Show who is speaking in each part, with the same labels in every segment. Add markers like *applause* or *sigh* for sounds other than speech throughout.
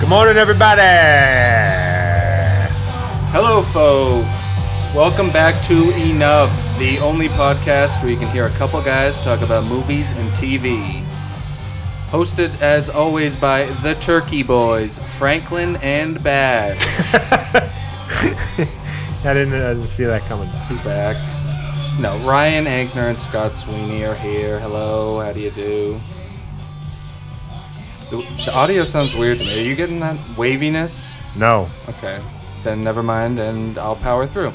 Speaker 1: Good morning, everybody. *laughs*
Speaker 2: Hello, folks. Welcome back to Enough, the only podcast where you can hear a couple guys talk about movies and TV. Hosted, as always, by the Turkey Boys, Franklin and Bad.
Speaker 1: I didn't, I didn't see that coming.
Speaker 2: He's back. No, Ryan Ankner and Scott Sweeney are here. Hello, how do you do? The, the audio sounds weird to me. Are you getting that waviness?
Speaker 1: No.
Speaker 2: Okay, then never mind, and I'll power through.
Speaker 1: Let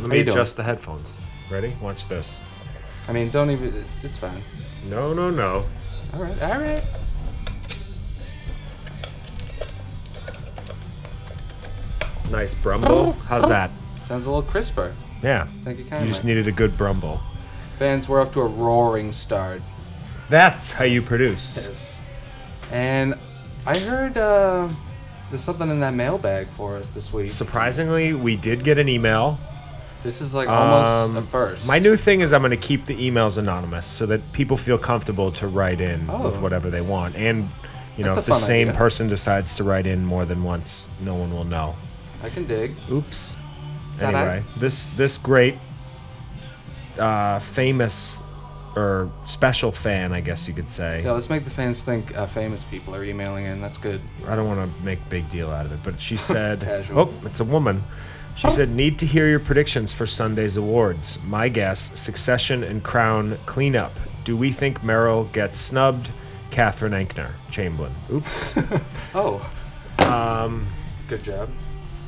Speaker 2: How
Speaker 1: me
Speaker 2: you doing?
Speaker 1: adjust the headphones. Ready? Watch this.
Speaker 2: I mean, don't even. It's fine.
Speaker 1: No, no, no.
Speaker 2: All right, all right.
Speaker 1: Nice Brumbo. How's that?
Speaker 2: Sounds a little crisper.
Speaker 1: Yeah.
Speaker 2: Thank you
Speaker 1: You
Speaker 2: kindly.
Speaker 1: just needed a good Brumbo.
Speaker 2: Fans, we're off to a roaring start.
Speaker 1: That's how you produce.
Speaker 2: Yes. And I heard uh, there's something in that mailbag for us this week.
Speaker 1: Surprisingly, we did get an email.
Speaker 2: This is like almost
Speaker 1: Um,
Speaker 2: a first.
Speaker 1: My new thing is I'm going to keep the emails anonymous so that people feel comfortable to write in with
Speaker 2: Oh.
Speaker 1: whatever they want. And, you know,
Speaker 2: That's a
Speaker 1: if the
Speaker 2: fun
Speaker 1: same
Speaker 2: idea.
Speaker 1: person decides to write in more than once, no one will know.
Speaker 2: I can dig.
Speaker 1: Oops.
Speaker 2: that
Speaker 1: anyway, this this great, uh, famous or special fan, I guess you could say.
Speaker 2: Yeah, let's make the fans think uh, famous people are emailing in. That's good.
Speaker 1: I don't want to make big deal out of it, but
Speaker 2: *laughs*
Speaker 1: she said,
Speaker 2: Casual.
Speaker 1: "Oh, it's a woman." She said, "Need to hear your predictions for Sunday's awards. My guess: Succession and Crown cleanup. Do we think Merrill gets snubbed? Catherine Ankner, Chamberlain. Oops.
Speaker 2: *laughs* Oh. Um. Good job.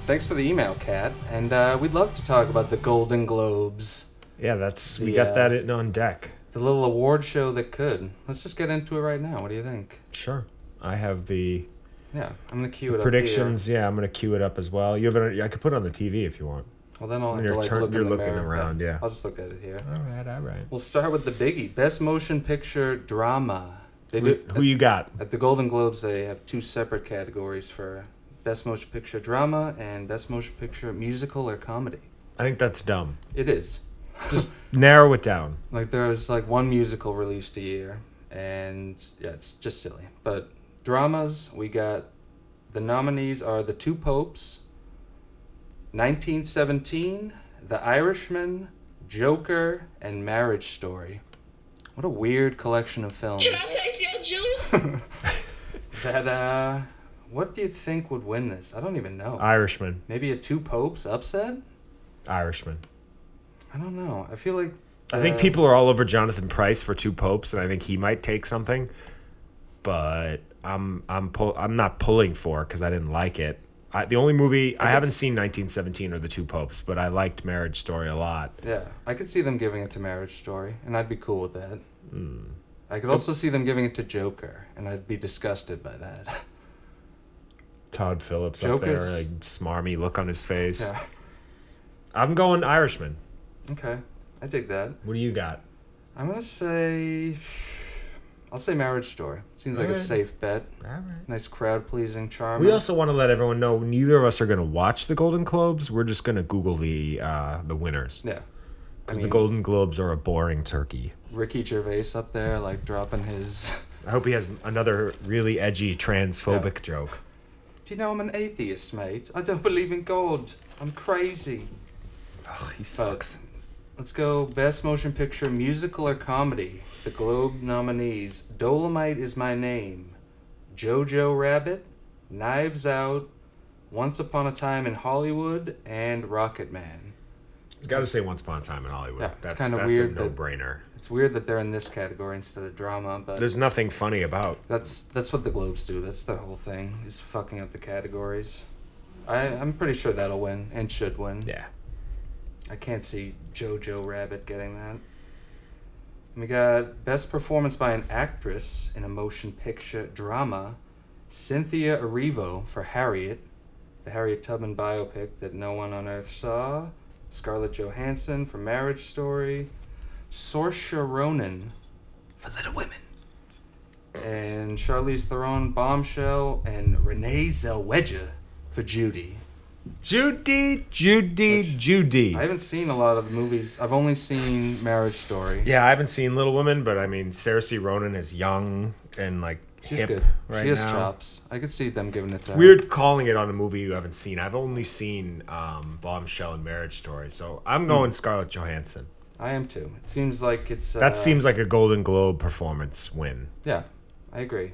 Speaker 2: Thanks for the email, Kat. And uh, we'd love to talk about the Golden Globes,
Speaker 1: yeah, that's we
Speaker 2: Yeah.
Speaker 1: got that in on deck.
Speaker 2: the little award show that could. Let's just get into it right now. What do you think?
Speaker 1: Sure. I have the
Speaker 2: Yeah, I'm gonna cue it
Speaker 1: predictions. Yeah, I'm gonna queue it up as well. You have it. I could put it on the TV if you want.
Speaker 2: up here. Well, then I'll have
Speaker 1: You're
Speaker 2: to like
Speaker 1: turn-
Speaker 2: look
Speaker 1: you're
Speaker 2: in the
Speaker 1: looking
Speaker 2: mirror, but
Speaker 1: around, yeah.
Speaker 2: I'll just look at it here.
Speaker 1: All right, all right.
Speaker 2: We'll start with the biggie, best motion picture drama. They
Speaker 1: Who,
Speaker 2: do
Speaker 1: who you got?
Speaker 2: at the Golden Globes. They have two separate categories for best motion picture drama and best motion picture musical or comedy.
Speaker 1: I think that's dumb.
Speaker 2: It is
Speaker 1: Just narrow it down.
Speaker 2: like there's like one musical released a year, and yeah, it's just silly. But dramas, we got the nominees are The Two Popes, 1917, The Irishman, Joker, and Marriage Story. What a weird collection of
Speaker 3: Can I
Speaker 2: films.
Speaker 3: taste your juice?
Speaker 2: That uh, what do you think would win this? I don't even know.
Speaker 1: Irishman,
Speaker 2: Maybe a two popes upset?
Speaker 1: Irishman.
Speaker 2: I don't know. I feel like
Speaker 1: I think
Speaker 2: uh,
Speaker 1: people are all over Jonathan Price for two popes, and I think he might take something. But I'm I'm pull, I'm not pulling for because I didn't like it. I, the only movie I, haven't
Speaker 2: it's-
Speaker 1: seen 1917 or The Two Popes, but I liked Marriage Story a lot.
Speaker 2: Yeah, I could see them giving it to Marriage Story, and I'd be cool with that.
Speaker 1: Hmm.
Speaker 2: I could also see them giving it to Joker, and I'd be disgusted by that. *laughs*
Speaker 1: Todd Phillips up
Speaker 2: Joker's-
Speaker 1: there, like smarmy look on his face.
Speaker 2: yeah.
Speaker 1: I'm going Irishman.
Speaker 2: Okay, I dig that.
Speaker 1: What do you got?
Speaker 2: I'm gonna say, I'll say Marriage Story. Seems like a
Speaker 1: Alright.
Speaker 2: safe bet. Nice crowd pleasing charm.
Speaker 1: We also want to let everyone know neither of us are going to watch the Golden Globes. We're just going to Google the uh, the winners
Speaker 2: yeah. I
Speaker 1: because
Speaker 2: mean,
Speaker 1: the Golden Globes are a boring turkey.
Speaker 2: Ricky Gervais up there, like dropping his. *laughs*
Speaker 1: I hope he has another really edgy transphobic joke.
Speaker 2: Do you know I'm an atheist, mate? I don't believe in God. I'm crazy.
Speaker 1: Ugh, he
Speaker 2: sucks. Let's go Best Motion Picture Musical or Comedy. The Globe nominees Dolomite is My Name, Jojo Rabbit, Knives Out, Once Upon a Time in Hollywood, and Rocket Man.
Speaker 1: It's got to say Once Upon a Time in Hollywood.
Speaker 2: Yeah, it's
Speaker 1: that's
Speaker 2: kinda
Speaker 1: that's
Speaker 2: weird
Speaker 1: a
Speaker 2: that-
Speaker 1: no-brainer.
Speaker 2: It's weird that they're in this category instead of drama, but
Speaker 1: There's nothing funny about.
Speaker 2: that's that's what the Globes do. That's their whole thing, is fucking up the categories. I, I'm pretty sure that'll win and should win.
Speaker 1: Yeah.
Speaker 2: I can't see Jojo Rabbit getting that. And we got best performance by an actress in a motion picture drama, Cynthia Erivo for Harriet, the Harriet Tubman biopic that no one on earth saw, Scarlett Johansson for Marriage Story, Saoirse Ronan for Little Women, and Charlize Theron Bombshell, and Renee Zellweger for Judy.
Speaker 1: Judy, Judy,
Speaker 2: Which-
Speaker 1: Judy.
Speaker 2: I haven't seen a lot of the movies. I've only seen Marriage Story.
Speaker 1: Yeah, I haven't seen Little Women, but I mean, Sarah C. Ronan is young and like
Speaker 2: She's
Speaker 4: hip
Speaker 2: good.
Speaker 4: right
Speaker 2: she has
Speaker 4: now.
Speaker 2: chops. I could see them giving it to her.
Speaker 1: Weird calling it on a movie you haven't seen. I've only seen um, Bombshell and Marriage Story, so I'm
Speaker 2: Hmm.
Speaker 1: going Scarlett Johansson.
Speaker 2: I am too. It seems like it's uh,
Speaker 1: That seems like a Golden Globe performance win.
Speaker 2: Yeah, I agree.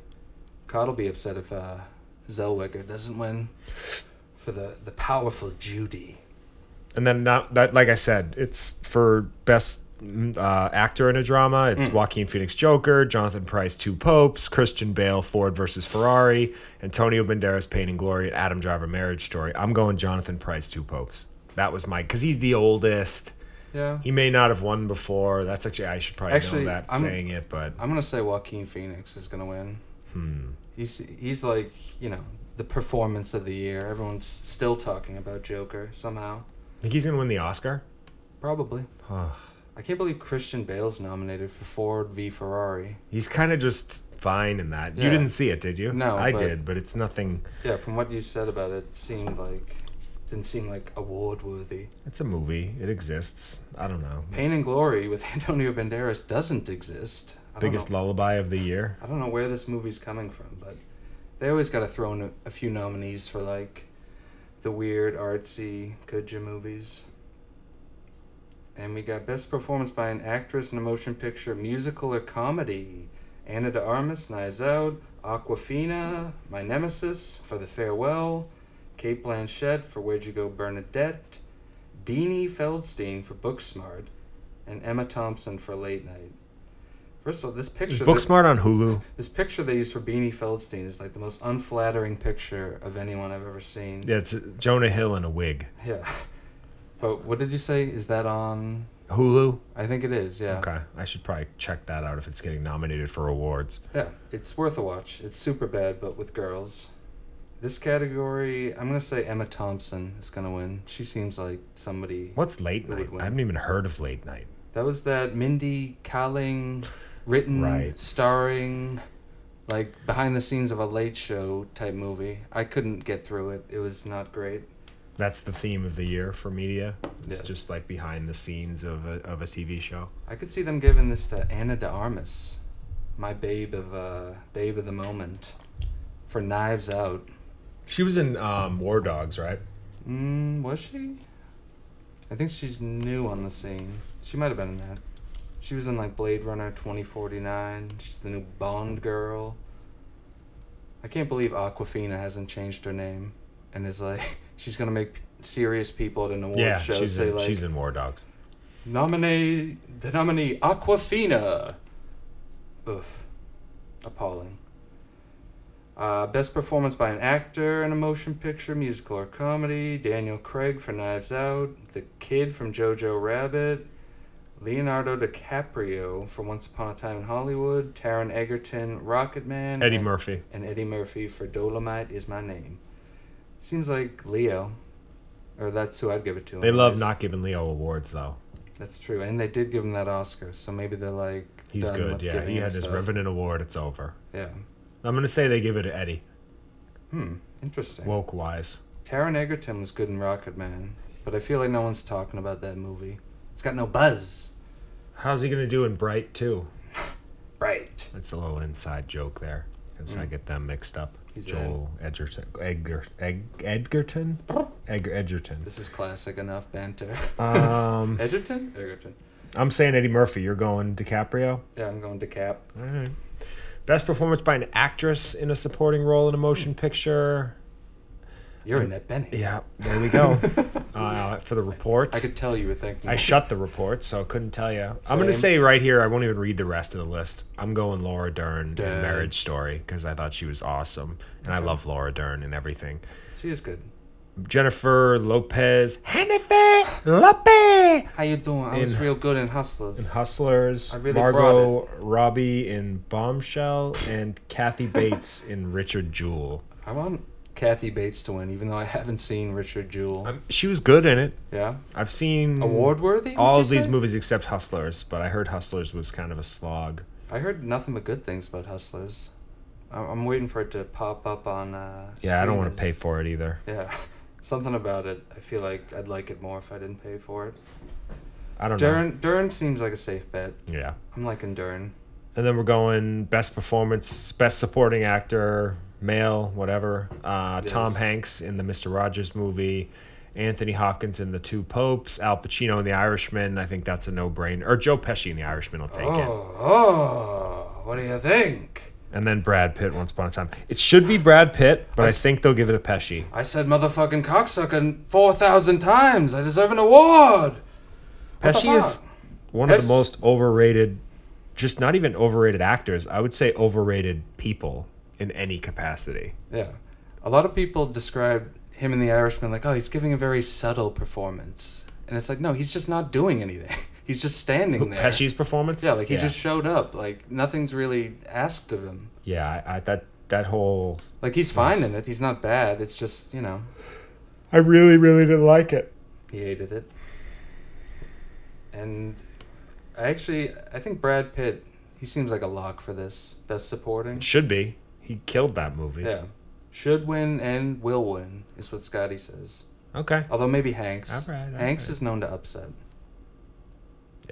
Speaker 2: Cod will be upset if uh, Zellweger doesn't win for the the powerful Judy.
Speaker 1: And then not that, like I said, it's for best mm, uh, actor in a drama. It's
Speaker 2: Hmm.
Speaker 1: Joaquin Phoenix Joker, Jonathan Price Two Popes, Christian Bale Ford versus Ferrari, Antonio Banderas Pain and Glory, and Adam Driver Marriage Story. I'm going Jonathan Price Two Popes. That was my because he's the oldest.
Speaker 2: Yeah,
Speaker 1: He may not have won before. That's actually I should probably
Speaker 2: Actually,
Speaker 1: know that
Speaker 2: I'm-
Speaker 1: saying it, but
Speaker 2: I'm gonna say Joaquin Phoenix is gonna win. He's he's like you know the performance of the year. Everyone's still talking about Joker somehow.
Speaker 1: I think he's gonna win the Oscar.
Speaker 2: Probably.
Speaker 1: Huh.
Speaker 2: I can't believe Christian Bale's nominated for Ford v Ferrari.
Speaker 1: He's kind of just fine in that.
Speaker 2: Yeah.
Speaker 1: You didn't see it, did you?
Speaker 2: No,
Speaker 1: I
Speaker 2: but-
Speaker 1: did, but it's nothing.
Speaker 2: Yeah, from what you said about it, it seemed like didn't seem like award worthy.
Speaker 1: It's a movie. It exists. I don't know.
Speaker 2: Pain
Speaker 1: It's
Speaker 2: and Glory with *laughs* Antonio Banderas doesn't exist. I don't
Speaker 1: biggest
Speaker 2: know.
Speaker 1: lullaby of the year.
Speaker 2: I don't know where this movie's coming from, but they always got to throw in a, a few nominees for like the weird artsy Kudja movies. And we got best performance by an actress in a motion picture, musical or comedy. Anna de Armas, Knives Out, Aquafina, My Nemesis for The Farewell, Kate Blanchett for Where'd You Go Bernadette, Beanie Feldstein for Booksmart, and Emma Thompson for Late Night. First of all, this picture
Speaker 1: Is
Speaker 2: that-
Speaker 1: Booksmart on Hulu?
Speaker 2: this picture they use for Beanie Feldstein is like the most unflattering picture of anyone I've ever seen.
Speaker 1: Yeah, it's Jonah Hill in a wig.
Speaker 2: Yeah. But what did you say? Is that on?
Speaker 1: Hulu.
Speaker 2: I think it is. Yeah.
Speaker 1: Okay, I should probably check that out if it's getting nominated for awards.
Speaker 2: Yeah. It's worth a watch. It's super bad, but with girls. This category, I'm gonna say Emma Thompson is gonna win. She seems like somebody.
Speaker 1: What's late
Speaker 2: It would
Speaker 1: night?
Speaker 2: win.
Speaker 1: I haven't even heard of late night.
Speaker 2: That was that Mindy Kaling, written,
Speaker 1: Right.
Speaker 2: starring, like behind the scenes of a late show type movie. I couldn't get through it. It was not great.
Speaker 1: That's the theme of the year for media. It's
Speaker 2: Yes.
Speaker 1: just like behind the scenes of a, of a TV show.
Speaker 2: I could see them giving this to Anna de Armas, my babe of uh, babe of the moment, for Knives Out.
Speaker 1: She was in um, War Dogs, right?
Speaker 2: Mm, was she? I think she's new on the scene. She might have been in that. She was in like Blade Runner twenty forty nine. She's the new Bond girl. I can't believe Aquafina hasn't changed her name, and is like *laughs* she's gonna make serious people at an award
Speaker 1: yeah,
Speaker 2: show
Speaker 1: she's
Speaker 2: say
Speaker 1: in,
Speaker 2: like
Speaker 1: she's in War Dogs.
Speaker 2: Nominate the nominee Aquafina. Oof. Appalling. Uh, best performance by an actor in a motion picture, musical, or comedy. Daniel Craig for Knives Out. The kid from Jojo Rabbit. Leonardo DiCaprio for Once Upon a Time in Hollywood. Taron Egerton, Rocketman.
Speaker 1: Eddie
Speaker 2: and-
Speaker 1: Murphy.
Speaker 2: and Eddie Murphy for Dolomite is my name. Seems like Leo, or that's who I'd give it to.
Speaker 1: They love
Speaker 2: anyways.
Speaker 1: not giving Leo awards though.
Speaker 2: That's true, and they did give him that Oscar, so maybe they're like
Speaker 1: He's
Speaker 2: done
Speaker 1: good.
Speaker 2: with
Speaker 1: Yeah,
Speaker 2: giving
Speaker 1: he
Speaker 2: him
Speaker 1: had his
Speaker 2: stuff.
Speaker 1: Revenant Award. It's over.
Speaker 2: Yeah.
Speaker 1: I'm gonna say they give it to Eddie.
Speaker 2: Hmm. Interesting.
Speaker 1: Woke wise.
Speaker 2: Taron Egerton was good in Rocket Man, but I feel like no one's talking about that movie. It's got no buzz.
Speaker 1: How's he gonna do in Bright too?
Speaker 2: Right.
Speaker 1: That's a little inside joke there, 'cause I get them mixed up.
Speaker 2: Mm. He's
Speaker 1: Joel Edgerton, Edger, Ed, Edgerton, Edger, Edgerton.
Speaker 2: This is classic enough banter.
Speaker 1: *laughs* Um,
Speaker 2: Edgerton. Egerton.
Speaker 1: I'm saying Eddie Murphy. You're going DiCaprio.
Speaker 2: Yeah, I'm going to Cap.
Speaker 1: All right. Best performance by an actress in a supporting role in a motion picture.
Speaker 2: You're
Speaker 1: uh,
Speaker 2: in that Benny.
Speaker 1: Yeah, there we
Speaker 2: *laughs*
Speaker 1: go. uh, for the report.
Speaker 2: I could tell you were thinking.
Speaker 1: I shut the report, so I couldn't tell you. I'm going to
Speaker 2: Same.
Speaker 1: say right here, I won't even read the rest of the list. I'm going Laura Dern
Speaker 2: Dern.
Speaker 1: in Marriage Story because I thought she was awesome. And I love Laura Dern and everything.
Speaker 2: she is good.
Speaker 1: Jennifer Lopez. Jennifer Lopez!
Speaker 2: How you doing? I was real good in Hustlers.
Speaker 1: Hustlers.
Speaker 2: I really
Speaker 1: Margot Robbie in Bombshell. And
Speaker 2: *laughs*
Speaker 1: Kathy Bates in Richard Jewell.
Speaker 2: I want Kathy Bates to win, even though I haven't seen Richard Jewell.
Speaker 1: Um, she was good in it.
Speaker 2: yeah.
Speaker 1: I've seen
Speaker 2: Award worthy.
Speaker 1: all of these movies except Hustlers, but I heard Hustlers was kind of a slog.
Speaker 2: I heard nothing but good things about Hustlers. I- I'm waiting for it to pop up on. Uh,
Speaker 1: Yeah, I don't want to pay
Speaker 2: streamers.
Speaker 1: for it either.
Speaker 2: Yeah, *laughs* something about it. I feel like I'd like it more if I didn't pay for it.
Speaker 1: I don't know.
Speaker 2: Dern Dern seems like a safe bet.
Speaker 1: Yeah.
Speaker 2: I'm liking Dern.
Speaker 1: And then we're going best performance, best supporting actor, male, whatever. Uh, Tom
Speaker 2: Yes.
Speaker 1: Hanks in the Mister Rogers movie, Anthony Hopkins in The Two Popes, Al Pacino in The Irishman. I think that's a no-brainer. Or Joe Pesci in The Irishman will take it.
Speaker 2: Oh, oh, what do you think?
Speaker 1: And then Brad Pitt once upon a time. It should be Brad Pitt, but I
Speaker 2: s-
Speaker 1: think they'll give it a Pesci.
Speaker 2: I said motherfucking cocksucker 4,000 times. I deserve an award. What the
Speaker 1: Pesci is
Speaker 2: fuck?
Speaker 1: one of the
Speaker 2: Pesci-
Speaker 1: most overrated, just not even overrated actors. I would say overrated people in any capacity.
Speaker 2: Yeah. A lot of people describe him and the Irishman like, oh, he's giving a very subtle performance. And it's like, no, he's just not doing anything. *laughs* He's just standing there.
Speaker 1: Pesci's performance,
Speaker 2: Yeah, like he just showed up. Like nothing's really asked of him.
Speaker 1: yeah. I, I that that whole
Speaker 2: Like he's fine in it. He's not bad. It's just, you know,
Speaker 1: I really really didn't like it.
Speaker 2: he hated it. And I actually, I think Brad Pitt, he seems like a lock for this. Best supporting.
Speaker 1: Should be he killed that movie.
Speaker 2: Yeah. Should win and will win is what Scotty says.
Speaker 1: Okay,
Speaker 2: Although maybe Hanks.
Speaker 1: All right, all
Speaker 2: Hanks
Speaker 1: right.
Speaker 2: is known to upset.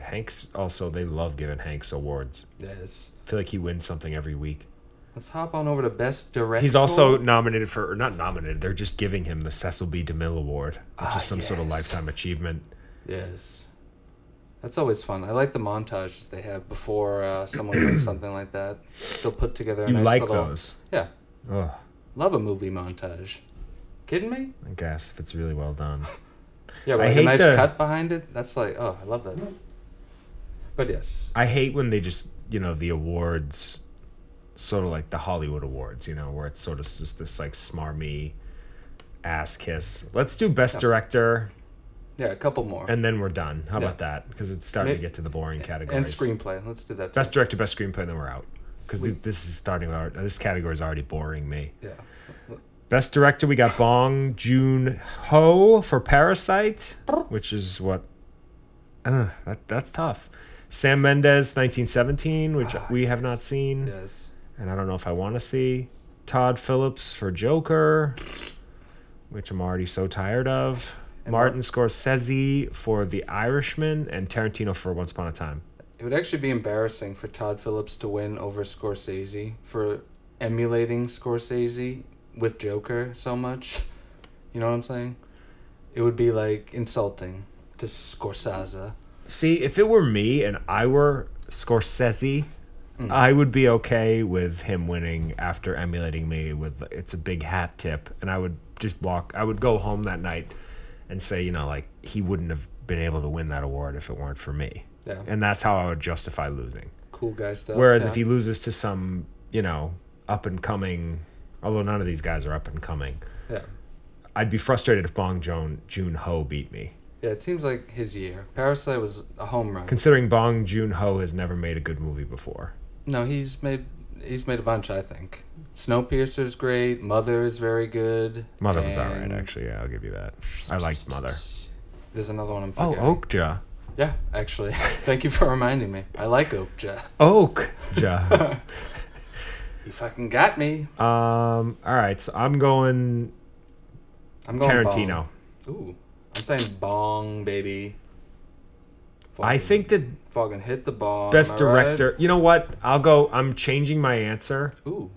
Speaker 1: Hanks also they love giving Hanks awards.
Speaker 2: Yes.
Speaker 1: I feel like he wins something every week.
Speaker 2: Let's hop on over to best director.
Speaker 1: He's also nominated for or not nominated. They're just giving him the Cecil B. DeMille Award, which
Speaker 2: Ah,
Speaker 1: is some sort of
Speaker 2: yes.
Speaker 1: lifetime achievement.
Speaker 2: Yes. That's always fun. I like the montages they have before uh, someone
Speaker 1: *clears throat*
Speaker 2: wins something like that. They'll put together a
Speaker 1: You
Speaker 2: nice
Speaker 1: like
Speaker 2: little.
Speaker 1: those?
Speaker 2: Yeah.
Speaker 1: Ugh.
Speaker 2: Love a movie montage. Kidding me?
Speaker 1: I guess if it's really well done.
Speaker 2: Yeah, with
Speaker 1: I
Speaker 2: like a
Speaker 1: hate
Speaker 2: nice
Speaker 1: the-
Speaker 2: cut behind it. That's like, oh, I love that. But yes.
Speaker 1: I hate when they just, you know, the awards, sort of like the Hollywood awards, you know, where it's sort of just this like smarmy ass kiss. Let's do best director
Speaker 2: Yeah, a couple more.
Speaker 1: and then we're done. How about
Speaker 2: Yeah.
Speaker 1: that? Because it's starting to
Speaker 2: Ma-
Speaker 1: get to the boring categories.
Speaker 2: and screenplay. Let's do that. Too.
Speaker 1: Best director, best screenplay, and then we're out. Because
Speaker 2: We-
Speaker 1: this is starting out. This category is already boring me.
Speaker 2: Yeah.
Speaker 1: Best director, we
Speaker 2: *laughs*
Speaker 1: got Bong Joon Ho for Parasite, which is what. Uh, that, that's tough. Sam Mendes, 1917, which we have not seen,
Speaker 2: Ah, Yes.
Speaker 1: and I don't know if I want to see. Todd Phillips for Joker, which I'm already so tired of.
Speaker 2: And
Speaker 1: Martin Scorsese for The Irishman, and Tarantino for Once Upon a Time.
Speaker 2: It would actually be embarrassing for Todd Phillips to win over Scorsese for emulating Scorsese with Joker so much. You know what I'm saying? It would be like insulting to Scorsese.
Speaker 1: See, if it were me and I were Scorsese,
Speaker 2: Mm.
Speaker 1: I would be okay with him winning after emulating me with it's a big hat tip, and I would just walk. I would go home that night and say, you know, like he wouldn't have been able to win that award if it weren't for me,
Speaker 2: Yeah.
Speaker 1: and that's how I would justify losing.
Speaker 2: Cool guy stuff.
Speaker 1: Whereas
Speaker 2: yeah.
Speaker 1: if he loses to some, you know, up and coming, although none of these guys are up and coming,
Speaker 2: Yeah.
Speaker 1: I'd be frustrated if Bong Joon Joon Ho beat me.
Speaker 2: Yeah, it seems like his year. Parasite was a home run.
Speaker 1: Considering Bong Joon Ho has never made a good movie before.
Speaker 2: No, he's made he's made a bunch, I think. Snowpiercer's great, Mother is very good.
Speaker 1: Mother was alright,
Speaker 2: and-
Speaker 1: actually. Yeah, I'll give you that. I liked Mother.
Speaker 2: There's another one I'm
Speaker 1: Oh,
Speaker 2: forgetting.
Speaker 1: Oakja.
Speaker 2: Yeah, actually. *laughs* Thank you for reminding me. I like Oakja. *laughs*
Speaker 1: Oakja.
Speaker 2: You fucking got me.
Speaker 1: um, all right, so I'm going,
Speaker 2: I'm going
Speaker 1: Tarantino.
Speaker 2: Bong. Ooh. I'm saying bong, baby.
Speaker 1: I
Speaker 2: Fucking-
Speaker 1: think the
Speaker 2: fucking hit the bong.
Speaker 1: best
Speaker 2: am I right?
Speaker 1: director. You know what? I'll go. I'm changing my answer
Speaker 2: Ooh.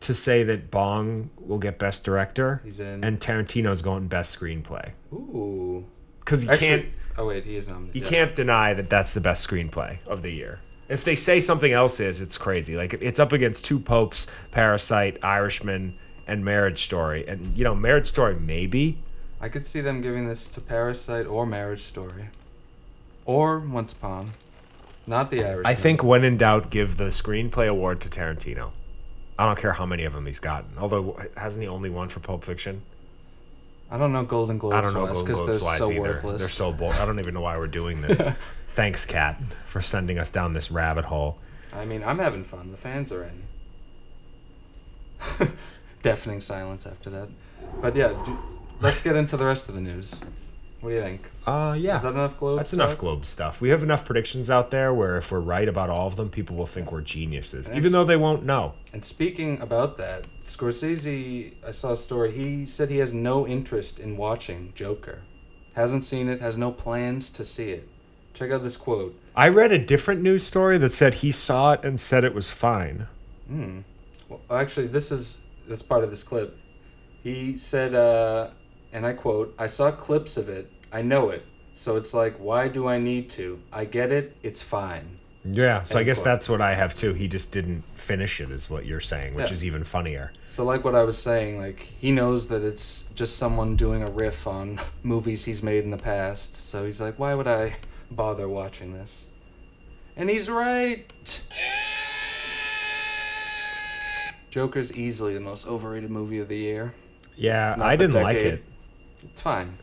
Speaker 1: to say that Bong will get best director,
Speaker 2: He's in.
Speaker 1: and Tarantino's going best screenplay
Speaker 2: Ooh.
Speaker 1: because you
Speaker 2: Actually,
Speaker 1: can't
Speaker 2: oh wait, he is nominated.
Speaker 1: you
Speaker 2: Yeah.
Speaker 1: can't deny that that's the best screenplay of the year. If they say something else is, it's crazy. Like it's up against two popes, Parasite, Irishman, and Marriage Story. And you know, Marriage Story maybe,
Speaker 2: I could see them giving this to Parasite or Marriage Story. Or Once Upon. Not the Irish.
Speaker 1: I think when in doubt, give the screenplay award to Tarantino. I don't care how many of them he's gotten. Although, hasn't he only one for Pulp Fiction?
Speaker 2: I don't know Golden Globes
Speaker 1: I don't know
Speaker 2: wise
Speaker 1: Golden
Speaker 2: because they're
Speaker 1: Globes wise
Speaker 2: so
Speaker 1: either.
Speaker 2: worthless.
Speaker 1: They're so bold. I don't even know why we're doing
Speaker 2: *laughs*
Speaker 1: this. Thanks, Kat, for sending us down this rabbit hole.
Speaker 2: I mean, I'm having fun. The fans are in. *laughs* Deafening silence after that. But yeah, do, let's get into the rest of the news. What do you think?
Speaker 1: Uh, yeah.
Speaker 2: Is that enough Globes?
Speaker 1: That's enough
Speaker 2: talk?
Speaker 1: Globe stuff. We have enough predictions out there where if we're right about all of them, people will think we're geniuses, even though they won't know.
Speaker 2: And speaking about that, Scorsese, I saw a story. He said he has no interest in watching Joker. Hasn't seen it, has no plans to see it. Check out this quote.
Speaker 1: I read a different news story that said he saw it and said it was fine.
Speaker 2: Well, actually, this is that's part of this clip. He said, uh, and I quote, "I saw clips of it. I know it. So it's like, why do I need to? I get it. It's fine."
Speaker 1: Yeah, so I
Speaker 2: End
Speaker 1: guess
Speaker 2: quote.
Speaker 1: that's what I have too. He just didn't finish it, is what you're saying, which
Speaker 2: Yeah.
Speaker 1: is even funnier.
Speaker 2: So, like what I was saying, like he knows that it's just someone doing a riff on *laughs* movies he's made in the past. So he's like, why would I bother watching this? And he's right. Joker's easily the most overrated movie of the year.
Speaker 1: Yeah,
Speaker 2: Not
Speaker 1: I
Speaker 2: the
Speaker 1: didn't like
Speaker 2: decade.
Speaker 1: it.
Speaker 2: It's fine.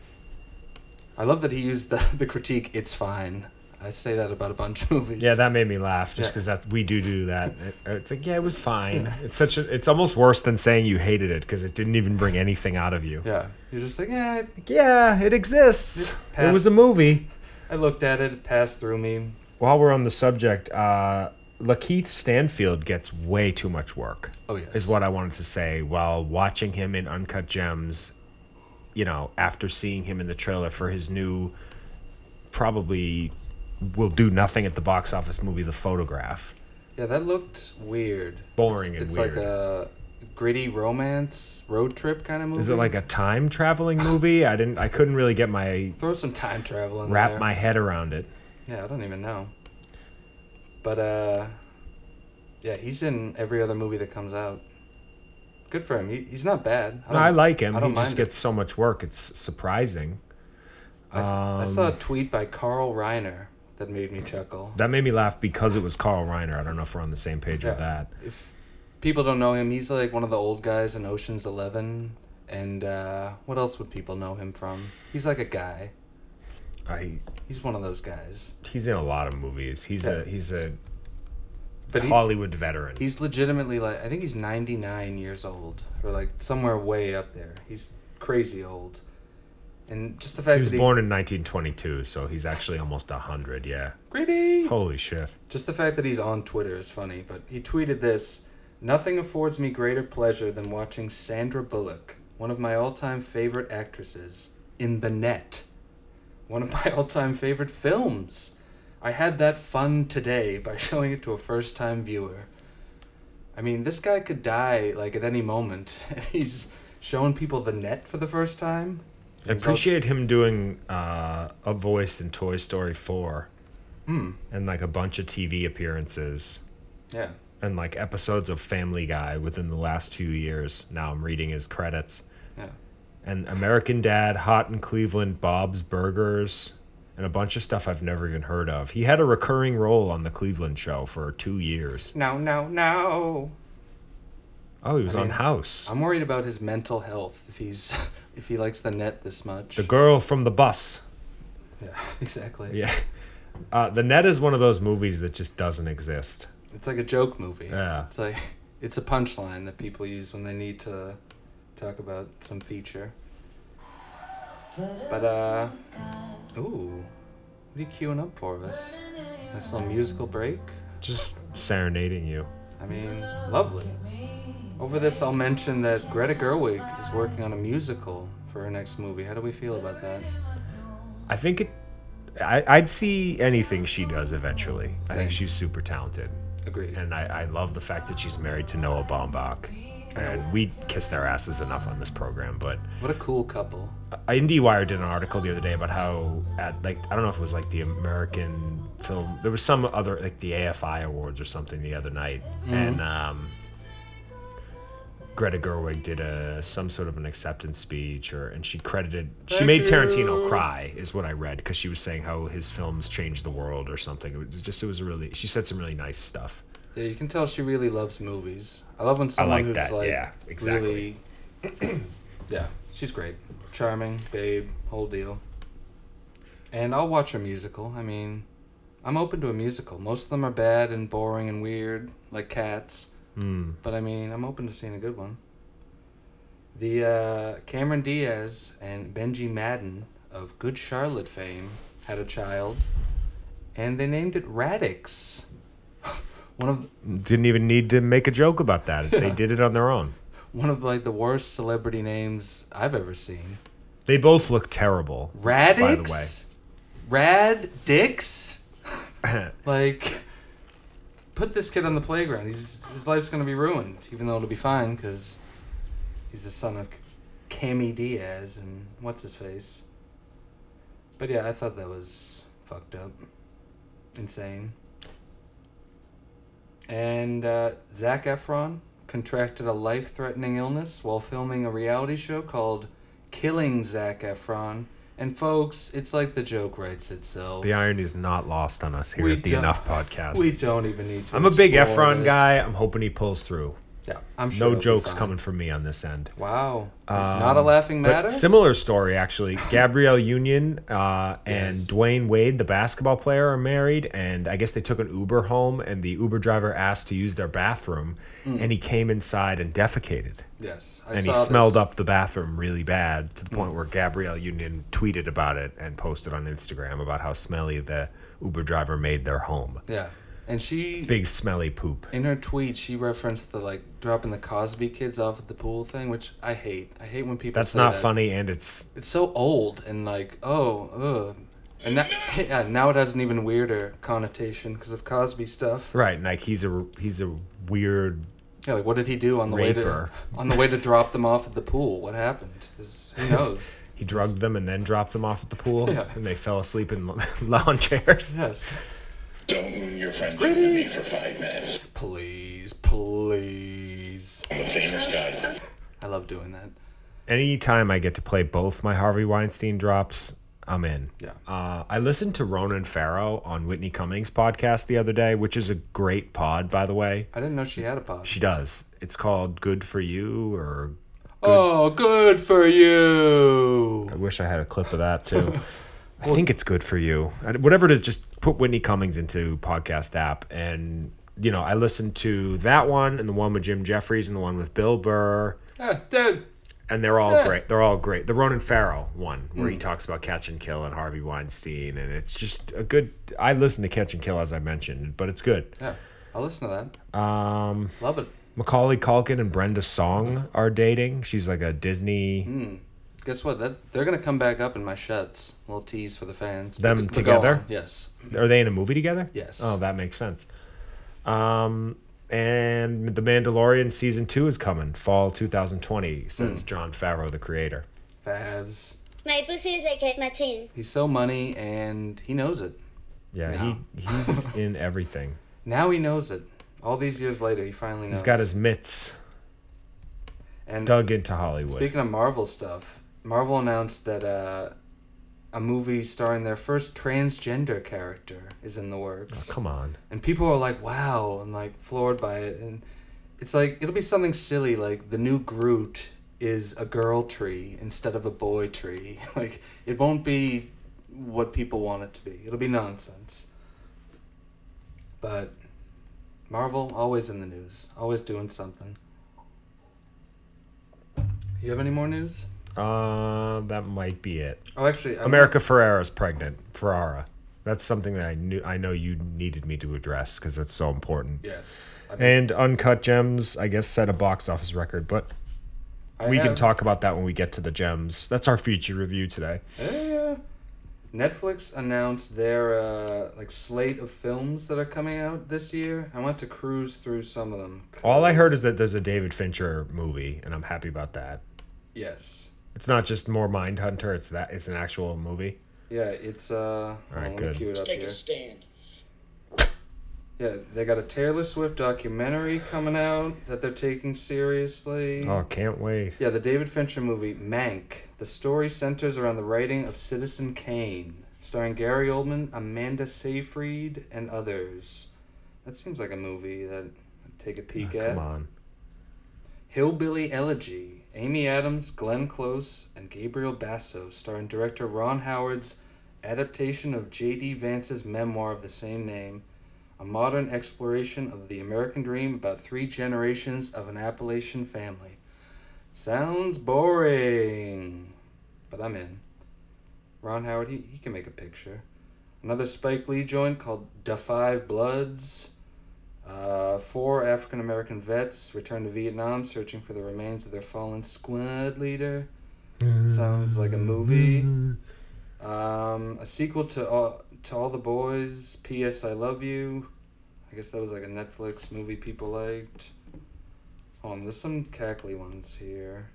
Speaker 2: I love that he used the, *laughs* the critique, it's fine. I say that about a bunch of *laughs* movies.
Speaker 1: Yeah, that made me laugh just
Speaker 2: Yeah.
Speaker 1: because that we do do
Speaker 2: *laughs*
Speaker 1: that. It- it's like yeah, it was fine. It's such a. It's almost worse than saying you hated it because it didn't even bring anything out of you.
Speaker 2: Yeah. You're just like, eh,
Speaker 1: Yeah, it exists.
Speaker 2: It
Speaker 1: It was a movie.
Speaker 2: I looked at it, it passed through me.
Speaker 1: While we're on the subject, uh, Lakeith Stanfield gets way too much work.
Speaker 2: Oh, yes.
Speaker 1: Is what I wanted to say while watching him in Uncut Gems. You know, after seeing him in the trailer for his new, probably will do nothing at the box office movie, The Photograph.
Speaker 2: Yeah, that looked weird.
Speaker 1: Boring
Speaker 2: it's,
Speaker 1: and
Speaker 2: It's like
Speaker 1: weird.
Speaker 2: a gritty romance road trip kind of movie.
Speaker 1: Is it like a time traveling movie? I didn't. I couldn't really get my
Speaker 2: throw some time travel in
Speaker 1: wrap
Speaker 2: there?
Speaker 1: my head around it.
Speaker 2: yeah, I don't even know. But uh, yeah, he's in every other movie that comes out. Good for him. He, he's not bad.
Speaker 1: No, I
Speaker 2: don't-
Speaker 1: like him. He
Speaker 2: I don't
Speaker 1: just
Speaker 2: mind it.
Speaker 1: gets so much work. It's surprising.
Speaker 2: I, s- I saw a
Speaker 1: Um,
Speaker 2: tweet by Carl Reiner that made me chuckle.
Speaker 1: That made me laugh because it was Carl Reiner. I don't know if we're on the same page with
Speaker 2: Yeah.
Speaker 1: that.
Speaker 2: If people don't know him, he's like one of the old guys in Ocean's Eleven. And uh, what else would people know him from? He's like a guy.
Speaker 1: I
Speaker 2: He's one of those guys.
Speaker 1: he's in a lot of movies. He's a
Speaker 2: Yeah.
Speaker 1: he's a
Speaker 2: But he-
Speaker 1: Hollywood veteran.
Speaker 2: He's legitimately like I think he's 99 years old or like somewhere way up there. He's crazy old. And just the fact
Speaker 1: He was
Speaker 2: that
Speaker 1: born in 1922, so he's actually almost 100. Yeah.
Speaker 2: he gritty.
Speaker 1: Holy shit.
Speaker 2: Just the fact that he's on Twitter is funny, but he tweeted this, "Nothing affords me greater pleasure than watching Sandra Bullock, one of my all-time favorite actresses, in The Net, one of my *laughs* all-time favorite films. I had that fun today by *laughs* showing it to a first-time viewer." I mean, this guy could die like at any moment. *laughs* and he's showing people The Net for the first time.
Speaker 1: I
Speaker 2: He's all-
Speaker 1: appreciate him doing uh, a voice in Toy Story 4
Speaker 2: Hmm.
Speaker 1: and like a bunch of TV appearances.
Speaker 2: Yeah.
Speaker 1: and like episodes of Family Guy within the last few years. Now I'm reading his credits.
Speaker 2: Yeah.
Speaker 1: And American Dad, Hot in Cleveland, Bob's Burgers, and a bunch of stuff I've never even heard of. He had a recurring role on the Cleveland show for two years.
Speaker 2: No, no, no.
Speaker 1: Oh, he was on
Speaker 2: mean,
Speaker 1: House.
Speaker 2: I'm worried about his mental health if he's *laughs* if he likes the net this much.
Speaker 1: the Girl from the Bus.
Speaker 2: yeah, exactly.
Speaker 1: Yeah. *laughs* Uh, the Net is one of those movies that just doesn't exist.
Speaker 2: It's like a joke movie.
Speaker 1: Yeah.
Speaker 2: It's like it's a punchline that people use when they need to talk about some feature. But uh ooh. What are you queuing up for us? Nice little musical break?
Speaker 1: Just serenading you.
Speaker 2: I mean, lovely. Over this I'll mention that Greta Gerwig is working on a musical for her next movie. How do we feel about that?
Speaker 1: I think it. I, I'd see anything she does eventually. I
Speaker 2: Same.
Speaker 1: think she's super talented.
Speaker 2: Agreed.
Speaker 1: and I, I love the fact that she's married to Noah Baumbach. And we kiss their asses enough on this program, but
Speaker 2: What a cool couple.
Speaker 1: IndieWire did an article the other day about how at like I don't know if it was like the American film there was some other like the AFI awards or something the other night,
Speaker 2: Mm-hmm.
Speaker 1: and um, Greta Gerwig did a some sort of an acceptance speech or and she credited she
Speaker 2: Thank
Speaker 1: made
Speaker 2: you.
Speaker 1: Tarantino cry is what I read because she was saying how his films changed the world or something. It was just it was really she said some really nice stuff.
Speaker 2: Yeah, you can tell she really loves movies. I love when someone
Speaker 1: like
Speaker 2: who's
Speaker 1: that,
Speaker 2: like
Speaker 1: yeah, exactly.
Speaker 2: really *clears throat* Yeah, she's great. Charming, babe, whole deal. And I'll watch a musical. I mean, I'm open to a musical. Most of them are bad and boring and weird, like Cats.
Speaker 1: Hmm.
Speaker 2: Mm. But I mean, I'm open to seeing a good one. The uh, Cameron Diaz and Benji Madden of Good Charlotte fame had a child, and they named it Radix. *laughs* one of
Speaker 1: didn't even need to make a joke about *laughs* that. They did it on their own.
Speaker 2: one of like the worst celebrity names I've ever seen.
Speaker 1: They both look terrible. *laughs*
Speaker 2: Radix.
Speaker 1: By the way.
Speaker 2: rad dicks. like, put this kid on the playground. He's, his life's going to be ruined, even though it'll be fine because he's the son of Cami Diaz and what's his face. But yeah, I thought that was fucked up, insane. And uh, Zach Efron contracted a life threatening illness while filming a reality show called Killing Zach Efron. And folks, it's like the joke writes itself.
Speaker 1: The irony is not lost on us here
Speaker 2: We
Speaker 1: at the
Speaker 2: don't-
Speaker 1: Enough Podcast.
Speaker 2: We don't even need to.
Speaker 1: I'm a big
Speaker 2: explore
Speaker 1: Efron
Speaker 2: this.
Speaker 1: guy. I'm hoping he pulls through.
Speaker 2: Yeah, I'm sure.
Speaker 1: No
Speaker 2: it'll be
Speaker 1: jokes
Speaker 2: fine.
Speaker 1: coming from me on this end.
Speaker 2: Wow, not a laughing matter.
Speaker 1: But similar story,
Speaker 2: *laughs*
Speaker 1: actually. Gabrielle Union uh, and
Speaker 2: Yes.
Speaker 1: Dwayne Wade, the basketball player, are married, and I guess they took an Uber home, and the Uber driver asked to use their bathroom, and he came inside and defecated,
Speaker 2: yes, I
Speaker 1: and
Speaker 2: Mm. saw
Speaker 1: he smelled
Speaker 2: this. Mm.
Speaker 1: up the bathroom really bad to the point where Gabrielle Union tweeted about it and posted on Instagram about how smelly the Uber driver made their home.
Speaker 2: Yeah, and she
Speaker 1: Big smelly poop.
Speaker 2: in her tweet she referenced the like dropping the Cosby kids off at the pool thing, which I hate. I hate when people.
Speaker 1: That's
Speaker 2: say
Speaker 1: not
Speaker 2: that.
Speaker 1: funny, and it's
Speaker 2: It's so old and like oh, ugh. and that, *laughs* yeah, now it has an even weirder connotation because of Cosby stuff.
Speaker 1: right. Like he's a he's a weird
Speaker 2: Yeah, like what did he do on the way
Speaker 1: Raper.
Speaker 2: to *laughs* on the way to drop them off at the pool? What happened? This, who knows?
Speaker 1: He drugged them and then dropped them off at the pool,
Speaker 2: Yeah.
Speaker 1: and they fell asleep in lo- *laughs* lawn chairs.
Speaker 2: yes.
Speaker 5: Don't ruin your friendship with me for five minutes.
Speaker 2: Please, please.
Speaker 5: I'm a famous guy.
Speaker 2: I love doing that.
Speaker 1: Anytime I get to play both my Harvey Weinstein drops, I'm in.
Speaker 2: Yeah.
Speaker 1: Uh, I listened to Ronan Farrow on Whitney Cummings' podcast the other day, which is a great pod, by the way.
Speaker 2: I didn't know she had a pod.
Speaker 1: She does. It's called Good for You, or
Speaker 2: Oh, good for you.
Speaker 1: I wish I had a clip of that too. I think it's good for you. I- Whatever it is, just put Whitney Cummings into podcast app, and you know I listened to that one and the one with Jim Jeffries and the one with Bill Burr.
Speaker 2: Ah, dude.
Speaker 1: and they're all
Speaker 2: Yeah.
Speaker 1: great. They're all great. The Ronan Farrow one, where he talks about Catch and Kill and Harvey Weinstein, and it's just a good. I listen to Catch and Kill as I mentioned, but it's good.
Speaker 2: Yeah, I'll listen to that. Um, love it.
Speaker 1: Macaulay Culkin and Brenda Song are dating. She's like a Disney.
Speaker 2: Guess what? That they're gonna come back up in my shuts. Little tease for the fans.
Speaker 1: Them
Speaker 2: But go
Speaker 1: together?
Speaker 2: on. Yes.
Speaker 1: Are they in a movie together?
Speaker 2: Yes.
Speaker 1: Oh, that makes sense. Um, and The Mandalorian season two is coming fall 2020. Says John Farrow, the creator.
Speaker 2: Favs.
Speaker 3: My pussy is like a machine.
Speaker 2: He's so money, and he knows it.
Speaker 1: Yeah,
Speaker 2: No.
Speaker 1: he he's in everything.
Speaker 2: Now he knows it. All these years later, he finally knows.
Speaker 1: He's got his mitts
Speaker 2: and
Speaker 1: dug into Hollywood.
Speaker 2: Speaking of Marvel stuff, Marvel announced that uh, a movie starring their first transgender character is in the works.
Speaker 1: Come on.
Speaker 2: and people are like, "Wow!" and like floored by it, and it's like it'll be something silly like the new Groot is a girl tree instead of a boy tree. *laughs* like it won't be what people want it to be. It'll be nonsense. But Marvel always in the news, always doing something. You have any more news?
Speaker 1: Uh, that might be it.
Speaker 2: Oh, actually, I
Speaker 1: America Ferrera's pregnant. Ferrara. That's something that I knew. I know you needed me to address because that's so important.
Speaker 2: yes. I
Speaker 1: And Uncut Gems, I guess, set a box office record, but
Speaker 2: I
Speaker 1: we can
Speaker 2: have-
Speaker 1: talk about that when we get to the gems. That's our future review today.
Speaker 2: Yeah. Netflix announced their uh, like slate of films that are coming out this year. I want to cruise through some of them.
Speaker 1: All I heard is that there's a David Fincher movie, and I'm happy about that.
Speaker 2: yes,
Speaker 1: It's not just more Mindhunter. It's that. It's an actual movie.
Speaker 2: yeah, it's uh. All
Speaker 1: right,
Speaker 2: right,
Speaker 1: good.
Speaker 2: Cue it up
Speaker 6: Take
Speaker 2: here.
Speaker 6: a stand.
Speaker 2: Yeah, they got a Taylor Swift documentary coming out that they're taking seriously.
Speaker 1: Oh, can't wait.
Speaker 2: Yeah, the David Fincher movie Mank. The story centers around the writing of Citizen Kane, starring Gary Oldman, Amanda Seyfried, and others. That seems like a movie that I'd take a peek at.
Speaker 1: Ah, Come on.
Speaker 2: Hillbilly Elegy, Amy Adams, Glenn Close, and Gabriel Basso, starring director Ron Howard's adaptation of J.D. Vance's memoir of the same name, a modern exploration of the American dream about three generations of an Appalachian family. Sounds boring, but I'm in. Ron Howard, he, he can make a picture. Another Spike Lee joint called Da Five Bloods. Uh, four African American vets returned to Vietnam searching for the remains of their fallen squad leader. Sounds like a movie. Um, a sequel to all, to all the boys. P.S. I love you. I guess that was like a Netflix movie people liked. Hold on, there's some cackly ones here.